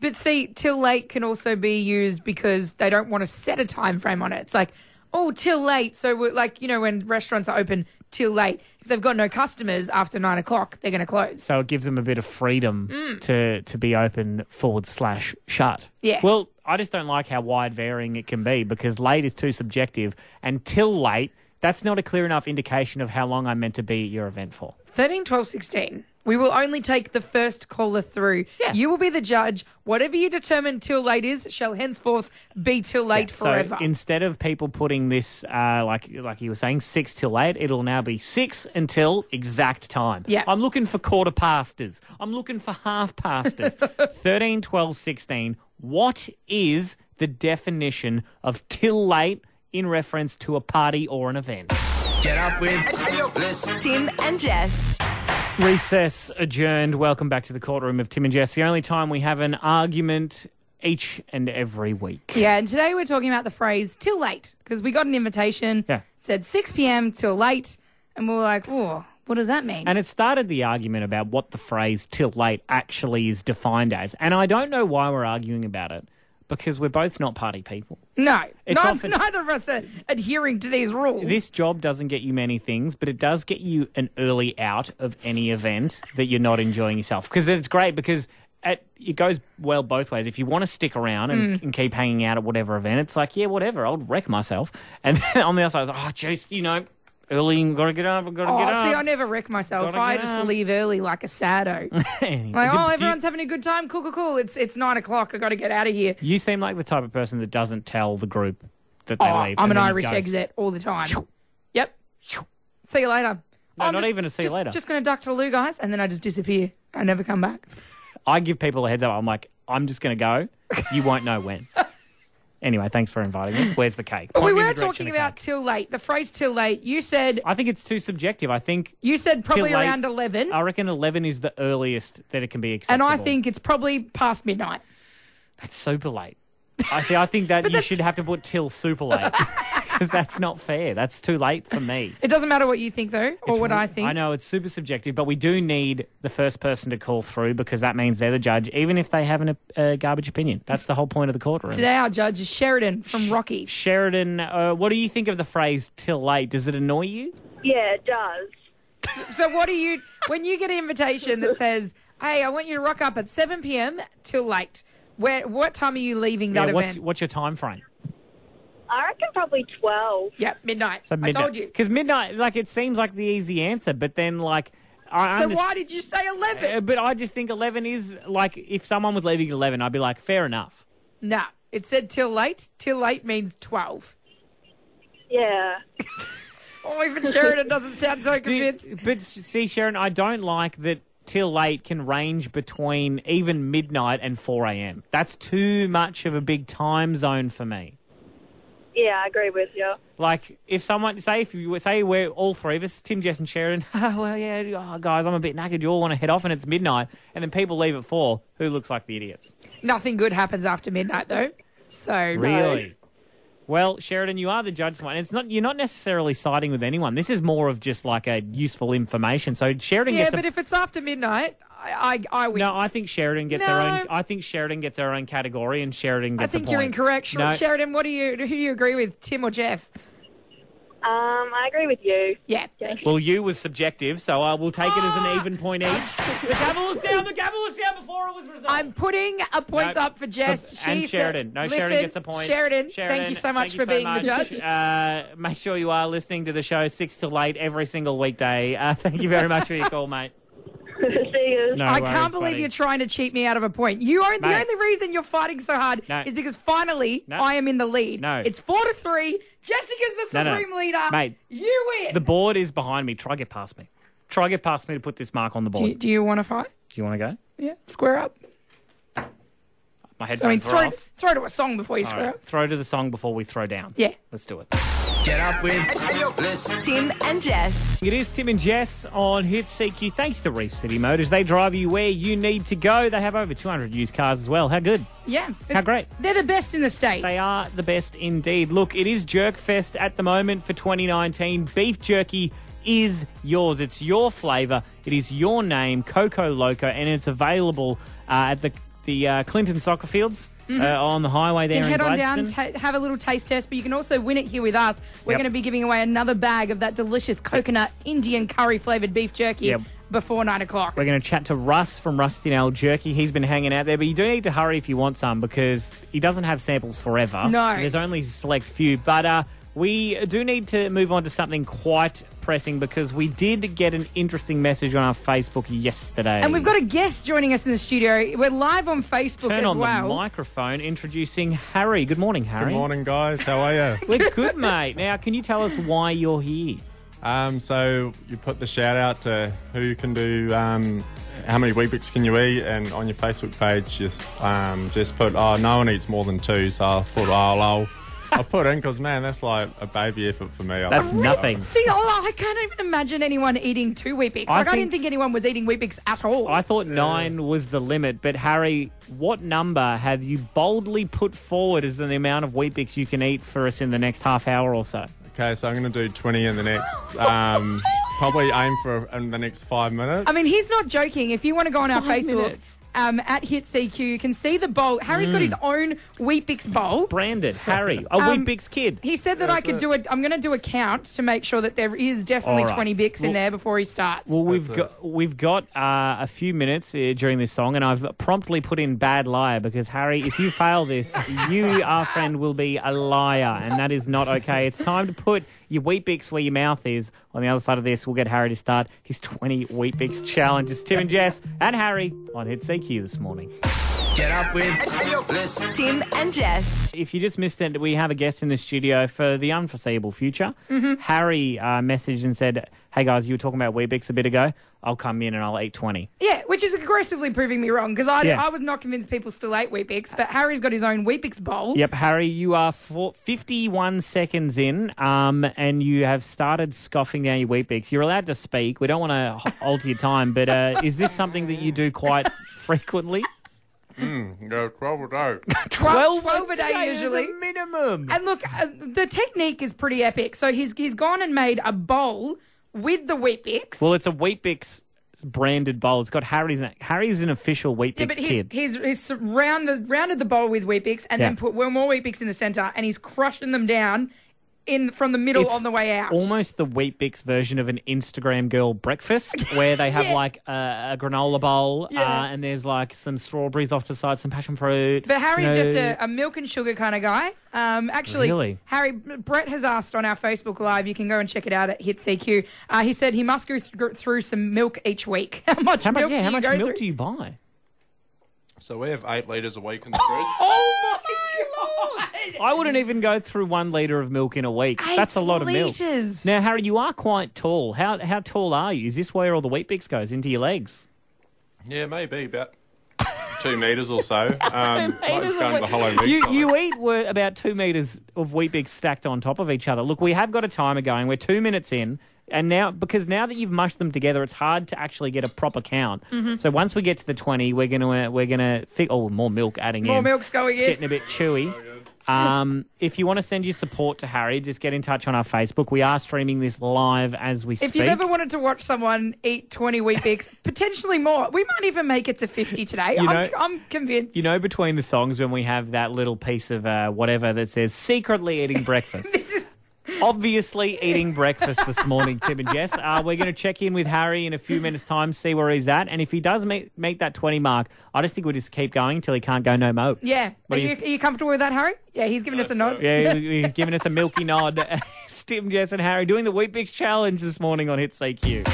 But see, till late can also be used because they don't want to set a time frame on it. It's like, oh, till late. So we're like, you know, when restaurants are open till late, if they've got no customers after nine o'clock, they're going to close. So it gives them a bit of freedom Mm. to to be open forward slash shut. Yes. Well, I just don't like how wide varying it can be because late is too subjective, and till late that's not a clear enough indication of how long I'm meant to be at your event for. 13, 12, 16. We will only take the first caller through. You will be the judge. Whatever you determine till late is shall henceforth be till late forever. So instead of people putting this, uh, like like you were saying, six till eight, it'll now be six until exact time. Yeah. I'm looking for quarter pasters. I'm looking for half pasters. 13, 12, 16. What is the definition of till late in reference to a party or an event? Get off with Bliss. Tim and Jess. Recess adjourned. Welcome back to the courtroom of Tim and Jess. The only time we have an argument each and every week. yeah, and today we're talking about the phrase till late because we got an invitation. Yeah. It said 6 p.m. till late. And we were like, oh, what does that mean? And it started the argument about what the phrase till late actually is defined as. And I don't know why we're arguing about it because we're both not party people. No, It's neither, often- neither of us are adhering to these rules. This job doesn't get you many things, but it does get you an early out of any event that you're not enjoying yourself. Because it's great because it, it goes well both ways. If you want to stick around and, Mm. and keep hanging out at whatever event, it's like, yeah, whatever, I'll wreck myself. And then on the other side, it's like, oh, jeez, you know, early, gotta get up, gotta oh, get up. see, I never wreck myself. Gotta I get just up. leave early like a saddo. Anyway, like, do- oh, do you- everyone's having a good time. Cool, cool, cool. It's it's nine o'clock. I got to get out of here. You seem like the type of person that doesn't tell the group that they Oh, leave. and I'm an then you Irish ghost. exit all the time. Yep. See you later. No, I'm not just- even a see you just- later. Just going to duck to the loo, guys, and then I just disappear. I never come back. I give people a heads up. I'm like, I'm just going to go. You won't know when. anyway, thanks for inviting me. Where's the cake? But we Point me in were the direction talking of about till late. The phrase till late. You said cake. I think it's too subjective. I think you said probably till late- around eleven, I reckon 11 is the earliest that it can be and acceptable. I think it's probably past midnight. that's super late. I see. I think that you should have to put till super late because that's not fair. That's too late for me. It doesn't matter what you think though, or It's what re- I think. I know it's super subjective, but we do need the first person to call through because that means they're the judge, even if they have an, a garbage opinion. That's the whole point of the courtroom. Today our judge is Sheridan from Rocky. Sheridan, uh, what do you think of the phrase "till late"? Does it annoy you? Yeah, it does. So what do you when you get an invitation that says, "Hey, I want you to rock up at 7 p.m. till late." Where what time are you leaving that yeah, what's event? what's your time frame? I reckon probably 12. Yeah, midnight. So midnight. I told you. because midnight, like it seems like the easy answer, but then like I so underst- why did you say 11? Uh, but I just think eleven is like if someone was leaving at eleven, I'd be like, fair enough. nah, it said till late. Till late means 12. Yeah. oh, even Sheridan doesn't sound so convinced. But s- see, Sharon, I don't like that till late can range between even midnight and 4 a.m. That's too much of a big time zone for me. Yeah, I agree with you. Um, Like, if someone, say, if you say we're all three of us, Tim, Jess, and Sharon, oh, well, yeah, oh, guys, I'm a bit knackered. You all want to head off and it's midnight. And then people leave at four. Who looks like the idiots? Nothing good happens after midnight though. So Really? Well, Sheridan, you are the judge tonight. It's not you're not necessarily siding with anyone. This is more of just like a useful information. So Sheridan Yeah, gets a but if it's after midnight, I I, I win. No, I think Sheridan gets her No. own. I think Sheridan gets her own category, and Sheridan I gets. a think you're point. incorrect. Sh- No, Sheridan, what do you who do you agree with, Tim or Jess? Um, I agree with you. Yeah. Well, you was subjective, so I will take it as Ah. an even point each. The gavel was down. The gavel was down before it was resolved. I'm putting a point No. up for Jess. She and said- Sheridan. No, Sheridan Listen, gets a point. Sheridan, thank you Sheridan, so much thank for being the much. judge. Uh, make sure you are listening to the show six till eight every single weekday. Uh, thank you very much for your call, mate. No I worries, can't believe buddy. you're trying to cheat me out of a point. You are the Mate. only reason you're fighting so hard No. is because finally No. I am in the lead. No. It's four to three. Jessica's No, the no. supreme leader. Mate. You win. The board is behind me. Try get past me. Try get past me to put this mark on the board. do, you, do you want to fight? Do you want to go? Yeah. Square up. My I mean, headphones are throw, off. throw to a song before you All square right, up. Throw to the song before we throw down. Yeah. Let's do it. Get off with. Tim and Jess. It is Tim and Jess on Hit CQ. Thanks to Reef City Motors. They drive you where you need to go. They have over 200 used cars as well. How good. Yeah. How great. They're the best in the state. They are the best indeed. Look, it is Jerk Fest at the moment for 2019. Beef jerky is yours. It's your flavour. It is your name, Coco Loco, and it's available uh, at the the uh, Clinton soccer fields Mhm. uh, on the highway You there can in head on Gladstone. down, ta have a little taste test, but you can also win it here with us. We're Yep. going to be giving away another bag of that delicious coconut Indian curry flavored beef jerky Yep. before nine o'clock. We're going to chat to Russ from Rusty Nail Jerky. He's been hanging out there, but you do need to hurry if you want some because he doesn't have samples forever. No. There's only a select few. But uh, we do need to move on to something quite pressing because we did get an interesting message on our Facebook yesterday. And we've got a guest joining us in the studio. We're live on Facebook Turn as on the well. microphone introducing Harry. Good morning, Harry. Good morning, guys. How are you? We're good, mate. Now, can you tell us why you're here? Um, so you put the shout out to who you can do, um, how many Weebics can you eat, and on your Facebook page, just um, just put, oh, no one eats more than two. So I thought, oh, I'll, I'll put in because man, that's like a baby effort for me. That's nothing. See, oh, I can't even imagine anyone eating two Weet-Bix. I Like, I didn't think- think anyone was eating Weet-Bix at all. I thought nine was the limit, but Harry, what number have you boldly put forward as the amount of wheat bix you can eat for us in the next half hour or so? Okay, so I'm going to do 20 in the next. Um, probably aim for in the next five minutes. I mean, he's not joking. If you want to go on our Five Facebook minutes. um, at HitCQ, you can see the bowl. Harry's got Mm. his own Weet-Bix bowl. Branded Harry, a Um, wheat bix kid. He said that I could do it. I'm going to do a count to make sure that there is definitely All right. 20 bix in Well- there before he starts. Well, we've got we've got uh, a few minutes uh, during this song, and I've promptly put in "bad liar" because Harry, if you fail this, you, our friend, will be a liar, and that is not okay. It's time to put your wheat bix where your mouth is. On the other side of this, we'll get Harry to start his twenty wheat bix challenge. It's Tim and Jess and Harry on Hit CQ this morning. Get off with. Tim and Jess. If you just missed it, we have a guest in the studio for the unforeseeable future. Harry uh, messaged and said, "Hey guys, you were talking about wheat bix a bit ago. I'll come in and I'll eat 20. Yeah, which is aggressively proving me wrong because I, Yeah. I was not convinced people still ate Weet-Bix, but Harry's got his own Weet-Bix bowl. Yep, Harry, you are four, 51 seconds in, um, and you have started scoffing down your wheat bix. You're allowed to speak. We don't want to alter your time, but uh, is this something that you do quite frequently? Mm, yeah, 12 a day. 12, 12 a a day day is a usually. minimum. And look, uh, the technique is pretty epic. So he's he's gone and made a bowl with the Weet-Bix. Well, it's a wheat bix branded bowl. It's got Harry's. na- Harry's an official wheat Yeah, bix but he's, kid. he's, he's rounded, rounded the bowl with Weet-Bix and then Yeah. put one more Weet-Bix in the centre and he's crushing them down in from the middle It's on the way out. Almost the wheat bix version of an Instagram girl breakfast, where they have Yeah. like a, a granola bowl, Yeah. uh, and there's like some strawberries off to the side, some passion fruit. But Harry's you know, just a, a milk and sugar kind of guy. Um, actually, Really? Harry Brett has asked on our Facebook Live. You can go and check it out at Hit CQ. Uh, he said he must go th- go through some milk each week. How much How much, milk yeah, do how you much go milk through? do you buy? So we have eight litres a week in the fridge. Oh my god! I wouldn't even go through one liter of milk in a week. Eight That's a lot of milk. litres. Now, Harry, you are quite tall. How how tall are you? Is this where all the wheat bix goes into your legs? Yeah, maybe about two metres or so. Um, metres like a going to the week. hollow meat You side. you eat were about two meters of wheat bix stacked on top of each other. Look, we have got a timer going. We're two minutes in. And now, because now that you've mushed them together, it's hard to actually get a proper count. Mhm. So once we get to the twenty, we're gonna we're gonna fi- oh more milk adding More in. milk's going it's in. getting a bit chewy. Um, if you want to send your support to Harry, just get in touch on our Facebook. We are streaming this live as we If speak. you've ever wanted to watch someone eat 20 wheat bix, potentially more, we might even make it to 50 today. You know- I'm, I'm convinced. you know, between the songs, when we have that little piece of uh, whatever that says secretly eating breakfast. obviously eating breakfast this morning, Tim and Jess. Uh, we're going to check in with Harry in a few minutes' time, see where he's at. And if he does make, make that 20 mark, I just think we'll just keep going till he can't go no more. Yeah. Are What do you, you- are you comfortable with that, Harry? Yeah, he's giving us a nod. Yeah, he- he's giving us a milky nod. It's Tim, Jess, and Harry doing the Wheat Bix Challenge this morning on Hits AQ.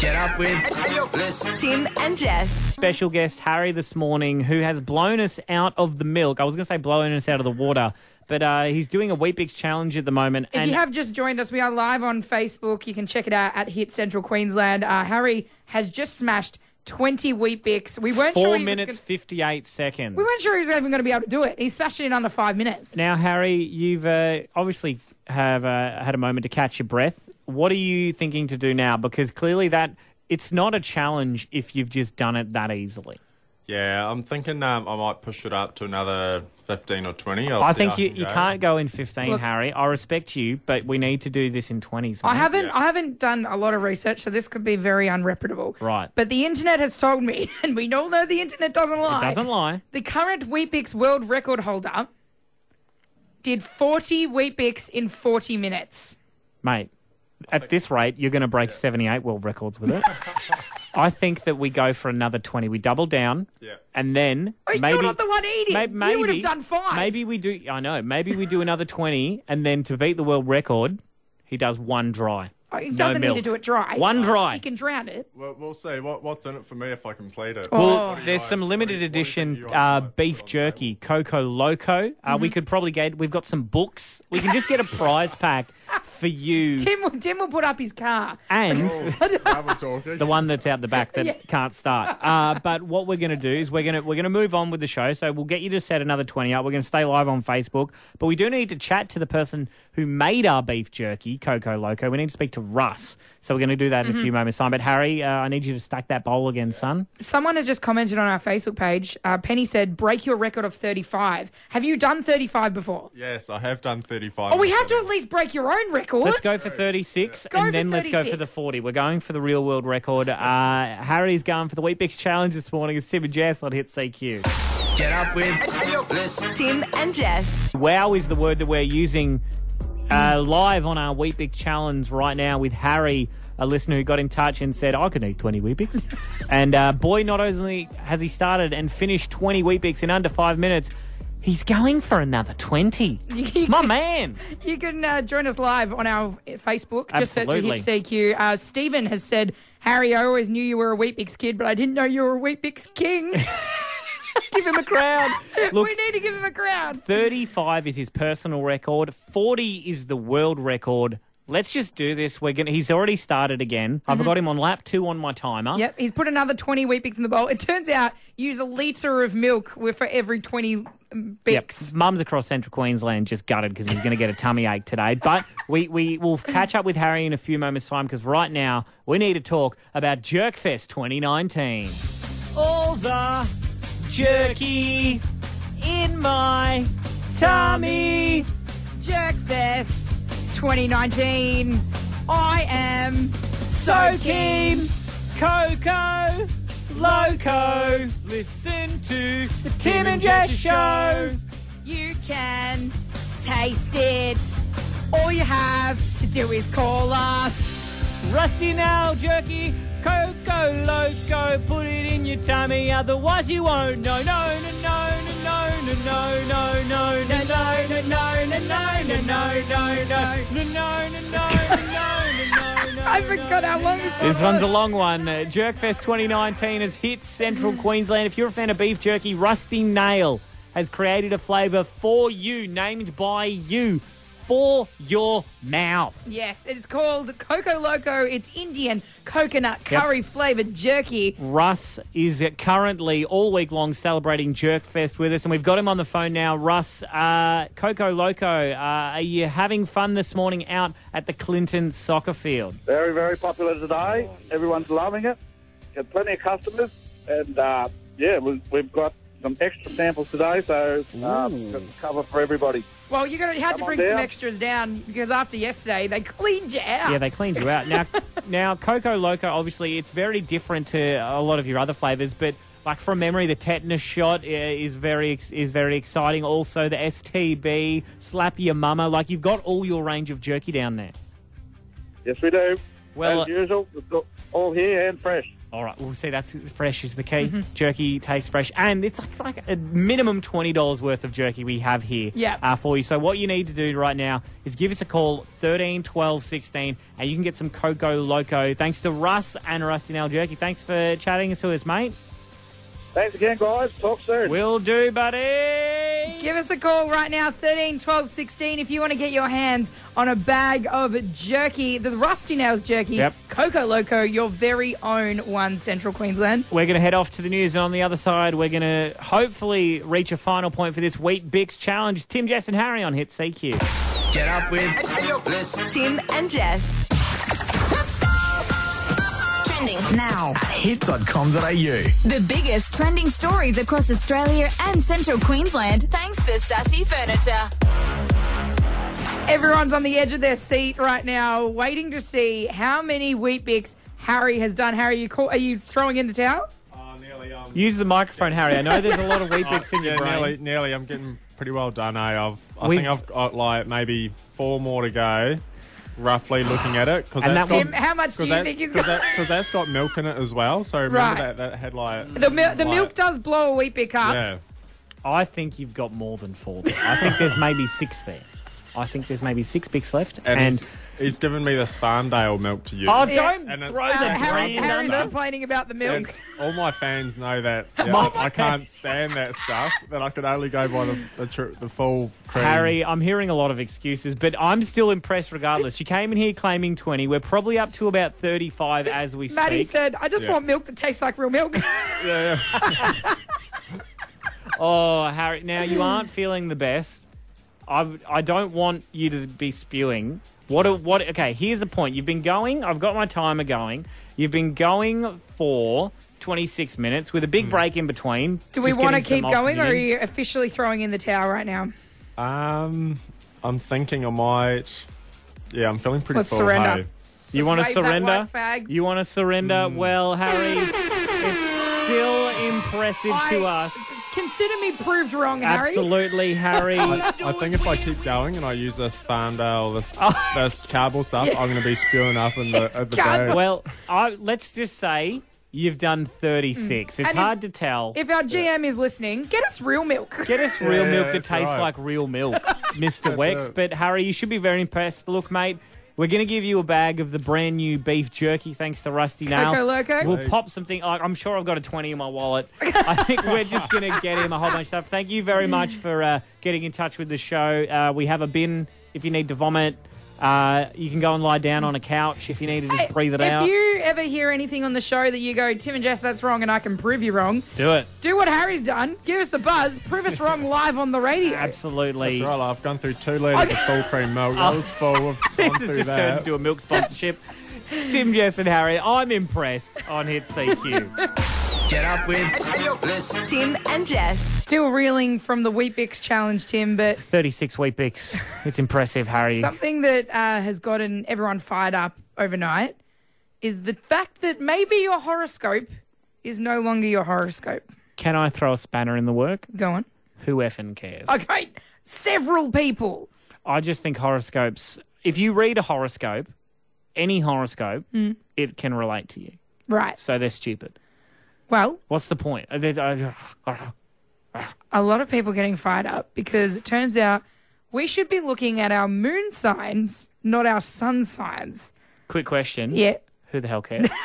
Get up with Tim and Jess. Special guest Harry this morning, who has blown us out of the milk. I was going to say blown us out of the water, but uh, he's doing a Wheat Bix Challenge at the moment. If and you have just joined us, we are live on Facebook. You can check it out at Hit Central Queensland. Uh, Harry has just smashed 20 wheat bix. We weren't four sure he minutes, was gonna, 58 seconds. we weren't sure he was even going to be able to do it. He smashed it in under five minutes. Now, Harry, you've uh, obviously have uh, had a moment to catch your breath. What are you thinking to do now? Because clearly, that it's not a challenge if you've just done it that easily. Yeah, I'm thinking um, I might push it up to another 15 or 20. I'll I see think how you, can you go. can't go in fifteen, Look- Harry. I respect you, but we need to do this in twenties. I haven't I haven't done a lot of research, so this could be very unreputable. Right. But the internet has told me, and we all know the internet doesn't lie. It doesn't lie. The current Weet-Bix world record holder did 40 Weet-Bix in 40 minutes. Mate, at this rate, you're going to break 78 world records with it. I think that we go for another 20. We double down. Yeah. And then Wait, maybe. Oh, you're not the one eating. may- You would have done five. Maybe we do. I know. Maybe we do another 20, and then to beat the world record, he does one dry. Oh, He doesn't no milk. need to do it dry. One He dry. can drown it. We'll, we'll see. What, what's in it for me if I complete Oh, it? Well, there's some limited edition uh, beef jerky, Coco Loco. Uh, We Mhm. could probably get. We've got some books. We can just get a prize pack for you. Tim will, Tim will put up his car. And- Oh. talking. the one that's out the back that Yeah. can't start. Uh, but what we're going to do is we're going to we're going to move on with the show. So we'll get you to set another twenty up. We're going to stay live on Facebook, but we do need to chat to the person who made our beef jerky, Coco Loco. We need to speak to Russ. So we're going to do that in a few Mhm. moments' time. But Harry, uh, I need you to stack that bowl again, son. Someone has just commented on our Facebook page. Uh, Penny said, break your record of 35. Have you done 35 before? Yes, I have done 35. Oh, we have to at least break your own record. Let's go for 36 Go for and then let's go for the 36. 40. We're going for the real world record. Uh, Harry's going for the Wheat Bix challenge this morning. It's Tim and Jess on Hit CQ. Get up with Tim and Jess. Wow is the word that we're using uh, live on our Wheat Bix challenge right now with Harry, a listener who got in touch and said, I could eat 20 Wheat Bix. and uh, boy, not only has he started and finished 20 Wheat Bix in under five minutes, he's going for another 20. My man. You can uh, join us live on our Facebook. Just search for Hit Absolutely. CQ. Uh, Stephen has said, Harry, I always knew you were a Weet-Bix kid, but I didn't know you were a Weet-Bix king. give him a crowd. Look- we need to give him a crowd. 35 is his personal record. 40 is the world record. Let's just do this. We're gonna. He's already started again. I've Mhm. got him on lap two on my timer. Yep, he's put another 20 wheat bix in the bowl. It turns out you use a litre of milk with- for every 20 Yep. bix. Mums across central Queensland just gutted because he's going to get a tummy ache today. But we, we will catch up with Harry in a few moments' time because right now we need to talk about Jerkfest 2019. All the jerky in my tummy. Jerkfest 2019. I am so keen. Coco Loco. Listen to the Tim and Jess show. You can taste it. All you have to do is call us. Rusty now, jerky. Coco Loco, put it in your tummy, otherwise you won't. No, no, no, no, no, no, no, no, no, no, no, no, no, no, no, no, no, no, no, no, no, no, I forgot how long this This one's a long one. Uh, Jerkfest 2019 has hit central Queensland. If you're a fan of beef jerky, Rusty Nail has created a flavour for you, named by you, for your mouth. Yes, it's called Coco Loco. It's Indian coconut Yep. Mm. curry flavored jerky. Russ is currently all week long celebrating Jerkfest with us, and we've got him on the phone now. Russ, uh, Coco Loco, uh, are you having fun this morning out at the Clinton soccer field? Very, very popular today. Everyone's loving it. Got plenty of customers, and uh, yeah, we, we've got some extra samples today, so uh, got cover for everybody. Well, you're gonna have to Come on bring some down. extras down because after yesterday they cleaned you out. Yeah, they cleaned you out. Now, now Coco Loco, obviously, it's very different to a lot of your other flavours, but Like from memory, the tetanus shot i- is very ex- is very exciting. Also, the STB, slap your mama. Like you've got all your range of jerky down there. Yes, we do. Well, as usual, it's all- all here and fresh. All right, we'll see. That's fresh is the key. Jerky tastes fresh, and it's like, like a minimum twenty dollars worth of jerky we have here Yep. uh, for you. So what you need to do right now is give us a call 13 12 16, and you can get some Coco Loco. Thanks to Russ and Rusty Nail Jerky. Thanks for chatting to us, mate. Thanks again, guys. Talk soon. Will do, buddy. Give us a call right now, 13 12 16, if you want to get your hands on a bag of jerky, the Rusty Nails jerky, Yep. Coco Loco, your very own one, Central Queensland. We're going to head off to the news, and on the other side, we're going to hopefully reach a final point for this Wheat Bix challenge. Tim, Jess, and Harry on Hit CQ. Get up with Tim and Jess. Let's go. Trending now. Hits.com.au. The biggest trending stories across Australia and central Queensland thanks to Sassy Furniture. Everyone's on the edge of their seat right now, waiting to see how many Wheat Bix Harry has done. Harry, you call, are you throwing in the towel? Use the microphone, Harry. I know there's a lot of Wheat Bix in Oh, your yeah, brain. nearly, nearly. I'm getting pretty well done. Eh? I've, I We've- think I've got like maybe four more to go. Roughly looking at it, because And that's got, that one- Tim, how much do you think he's Because got? that's got milk in it as well. So remember Right. that that had like The, mil- the like- milk does blow a Wheat Bix up. Yeah. I think you've got more than four. there. I think there's maybe six there. I think there's maybe six bics left. And, And, he's, he's given me this Farmdale milk to use. Oh, don't And it's- throw that Uh, Harry, brand Harry's under. complaining about the milk. It's- all my fans know that yeah, My I can't stand that stuff. That I could only go by the the, tr- the full cream. Harry, I'm hearing a lot of excuses, but I'm still impressed regardless. She came in here claiming 20. We're probably up to about 35 as we speak. Maddie said, I just want milk that tastes like real milk. Yeah, Oh, Harry, now you aren't feeling the best. I, I don't want you to be spewing. What, a, what, okay, here's the point. You've been going, I've got my timer going. You've been going for 26 minutes with a big break in between. Hmm. Do we Just want to getting some keep going, or are oxygen in. you officially throwing in the towel right now? Um, I'm thinking I might. Yeah, I'm feeling pretty Let's full. surrender. hey. You want to Raise that white Hmm. surrender? fag. You want to surrender? Well, Harry, it's still impressive to I- us. Consider me proved wrong, Harry. Absolutely, Harry. I, I think if I keep going and I use this Farmdale, this this cardboard stuff, I'm going to be spewing up in the at the day. well, I, let's just say you've done 36. It's Hmm. And if- hard to tell. If our GM is listening, get us real milk. Get us real Yeah, milk that that's tastes right. like real milk, Mr. Wex. it. But Harry, you should be very impressed. Look, mate, we're going to give you a bag of the brand new beef jerky, thanks to Rusty now. Loco? We'll pop something. Like, I'm sure I've got a 20 in my wallet. I think we're just going to get him a whole bunch of stuff. Thank you very much for uh, getting in touch with the show. Uh, we have a bin if you need to vomit. Uh, you can go and lie down on a couch if you need to just breathe it out. If you ever hear anything on the show that you go, Tim and Jess, that's wrong, and I can prove you wrong, Do it. do what Harry's done. Give us a buzz. Prove us wrong live on the radio. Absolutely. That's right. I've gone through two litres of full cream milk. I was full. Of, This has just turned into a milk sponsorship. Tim, Jess, and Harry, I'm impressed on Hit CQ. Get up with Tim and Jess. Still reeling from the Wheat Bix challenge, Tim, but 36 wheat bix. It's impressive, Harry. something that uh, has gotten everyone fired up overnight is the fact that maybe your horoscope is no longer your horoscope. Can I throw a spanner in the work? Go on. Who effing cares? Okay, several people. I just think horoscopes, if you read a horoscope, any horoscope, Hmm. it can relate to you. Right. So they're stupid. Well, What's the point? Uh, they- uh, a lot of people getting fired up because it turns out we should be looking at our moon signs, not our sun signs. Quick question. Yeah. Who the hell cares?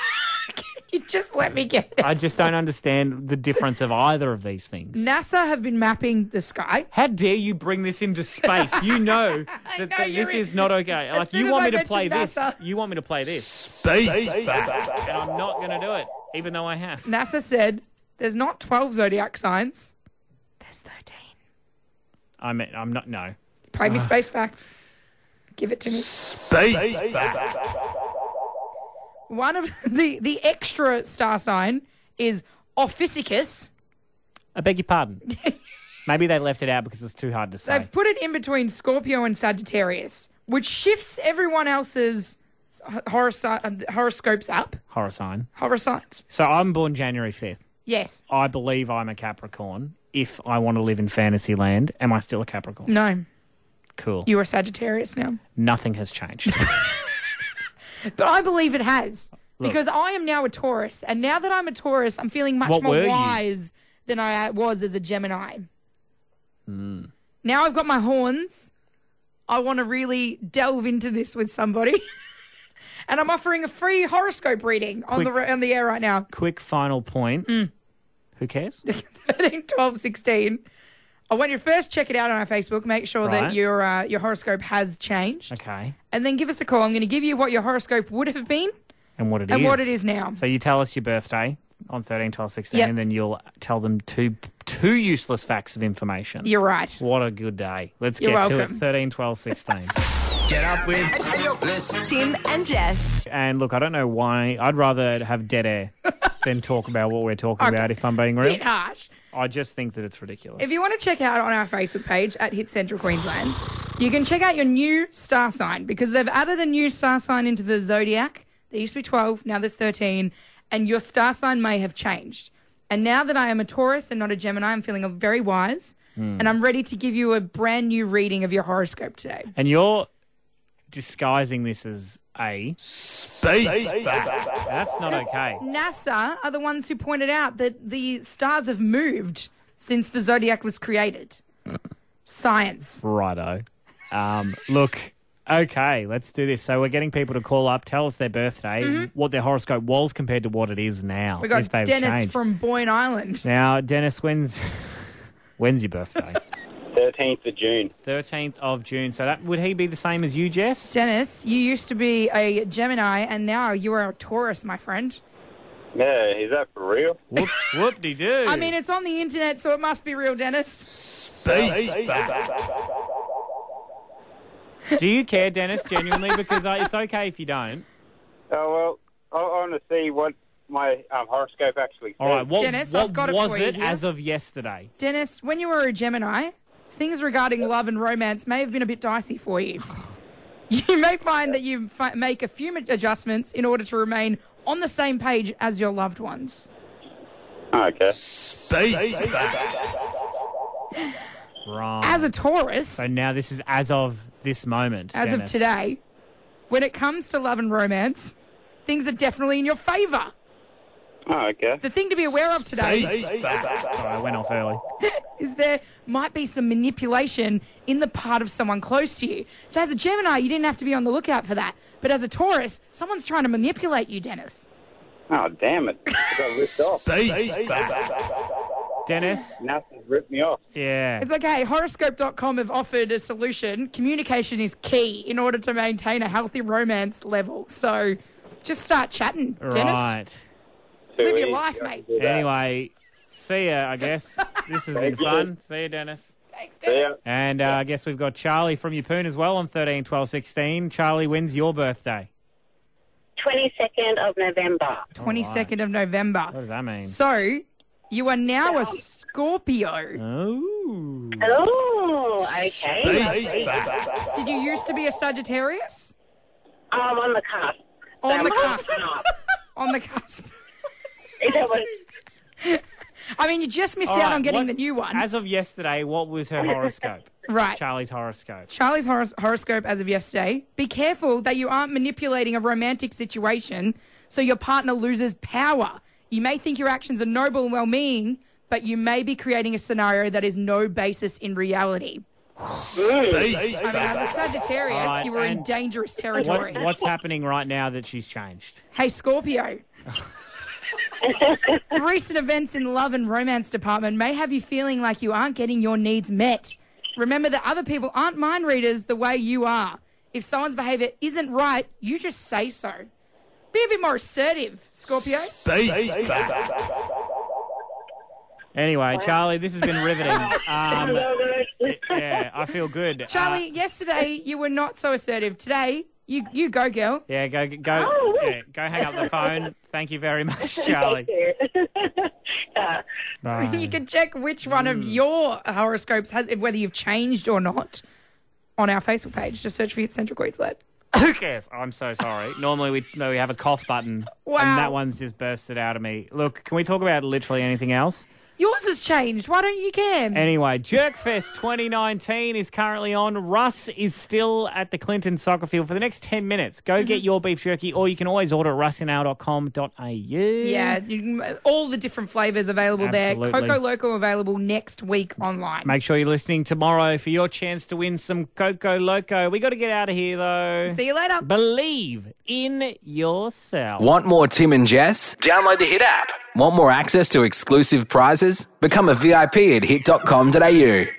You just let me get it. I just don't understand the difference of either of these things. NASA have been mapping the sky. How dare you bring this into space? You know that, know that you're this in- is not okay. As Like soon you as want I me to play mentioned this. NASA. You want me to play this. Space back. And I'm not going to do it, even though I have. NASA said there's not 12 zodiac signs. There's 13. I mean, I'm not. No. Play me space fact. Give it to me. Space back. One of the the extra star sign is Ophiuchus. I beg your pardon. Maybe they left it out because it's too hard to say. They've put it in between Scorpio and Sagittarius, which shifts everyone else's horos- horoscopes up. Horror sign. Horoscopes. So I'm born January 5th. Yes. I believe I'm a Capricorn. If I want to live in fantasy land, am I still a Capricorn? No. Cool. Mm. You are Sagittarius now. Nothing has changed. But I believe it has. Look. Because I am now a Taurus. And now that I'm a Taurus, I'm feeling much What were more you? wise than I was as a Gemini. Mm. Now I've got my horns. I want to really delve into this with somebody. and I'm offering a free horoscope reading on the, Quick. on the air right now. Quick final point. Mm. Who cares? 13, 12, 16. I want you to first check it out on our Facebook. Make sure Right. that your uh, your horoscope has changed, Okay. and then give us a call. I'm going to give you what your horoscope would have been. And what it is. And what it is now. So you tell us your birthday on 13, 12, 16, Yep. and then you'll tell them two two useless facts of information. You're right. What a good day. Let's You're get to it. welcome. 13, 12, 16. Get up with this. Tim and Jess. and look, I don't know why. I'd rather have dead air than talk about what we're talking about if I'm being real. Bit harsh. I just think that it's ridiculous. If you want to check out on our Facebook page at Hit Central Queensland, you can check out your new star sign because they've added a new star sign into the zodiac. There used to be 12, now there's 13, and your star sign may have changed. And now that I am a Taurus and not a Gemini, I'm feeling very wise, Hmm. and I'm ready to give you a brand new reading of your horoscope today. And you're disguising this as a space fact. That's not okay. NASA are the ones who pointed out that the stars have moved since the zodiac was created. Science. Righto. Um, look, okay, let's do this. So we're getting people to call up, tell us their birthday, Mhm. what their horoscope was compared to what it is now. We got if they've Dennis changed. from Boyne Island. Now, Dennis, when's when's your birthday? 13th of June. 13th of June. So that would he be the same as you, Jess? Dennis, you used to be a Gemini and now you are a Taurus, my friend. Yeah, is that for real? Whoop, whoop de doo. I mean, it's on the internet, so it must be real, Dennis. do you care, Dennis? Genuinely, because I, it's okay if you don't. Oh, well, I want to see what my um, horoscope actually says. All right. What, Dennis, what I've got it was for you it here. as of yesterday? Dennis, when you were a Gemini, things regarding love and romance may have been a bit dicey for you. You may find that you fi- make a few ma- adjustments in order to remain on the same page as your loved ones. Okay. Space Right. As a Taurus, So now this is as of this moment. as Dennis. of today, when it comes to love and romance, things are definitely in your favour. Oh, okay. The thing to be aware of today Space fact. Sorry, I went off early. is there might be some manipulation in the part of someone close to you. So, as a Gemini, you didn't have to be on the lookout for that. But as a Taurus, someone's trying to manipulate you, Dennis. Oh, damn it. I got ripped off. Space Dennis? NASA's ripped me off. Yeah. It's okay. Horoscope.com have offered a solution. Communication is key in order to maintain a healthy romance level. So, just start chatting, Dennis. Right. Live your life, mate. Anyway, see ya, I guess. This has been Thank you. fun. See ya, Dennis. Thanks, Dennis. And uh, I guess we've got Charlie from Yapoon as well on 13, 12, 16. Charlie, when's your birthday? 22nd of November. 22nd of November. What does that mean? So, you are now a Scorpio. Oh. Oh, okay. Space Did you used to be a Sagittarius? Um, on the cusp. On So the I'm cusp. on the cusp. I mean, you just missed All out right, on getting what- the new one. As of yesterday, what was her horoscope? Right. Charlie's horoscope. Charlie's horos- horoscope as of yesterday. Be careful that you aren't manipulating a romantic situation so your partner loses power. You may think your actions are noble and well meaning, but you may be creating a scenario that is no basis in reality. I mean, as a Sagittarius, All right, you were in and dangerous territory. What, what's happening right now that she's changed? Hey, Scorpio. Recent events in love and romance department may have you feeling like you aren't getting your needs met. Remember that other people aren't mind readers the way you are. If someone's behavior isn't right, you just say so. Be a bit more assertive, Scorpio. Anyway, Charlie, this has been riveting. Um, yeah, I feel good. Uh, Charlie, yesterday you were not so assertive. Today, you you go, girl. yeah, go go Oh, yeah, go hang up the phone. Thank you very much, Charlie. Uh, Bye. You can check which one of your horoscopes has whether you've changed or not on our Facebook page. Just search for Hit Central Queensland. Who cares? I'm so sorry. Normally we know we have a cough button, and that one's just bursted out of me. Look, can we talk about literally anything else? Yours has changed. Why don't you care? Anyway, Jerkfest 2019 is currently on. Russ is still at the Clinton soccer field for the next 10 minutes. Go Mm-hmm. get your beef jerky, or you can always order russinow.com.au. yeah, you can, all the different flavors available there. Absolutely. Coco Loco available next week online. Make sure you're listening tomorrow for your chance to win some Coco Loco. We got to get out of here, though. See you later. Believe in yourself. Want more Tim and Jess? Download the Hit app. Want more access to exclusive prizes? Become a VIP at hit.com.au.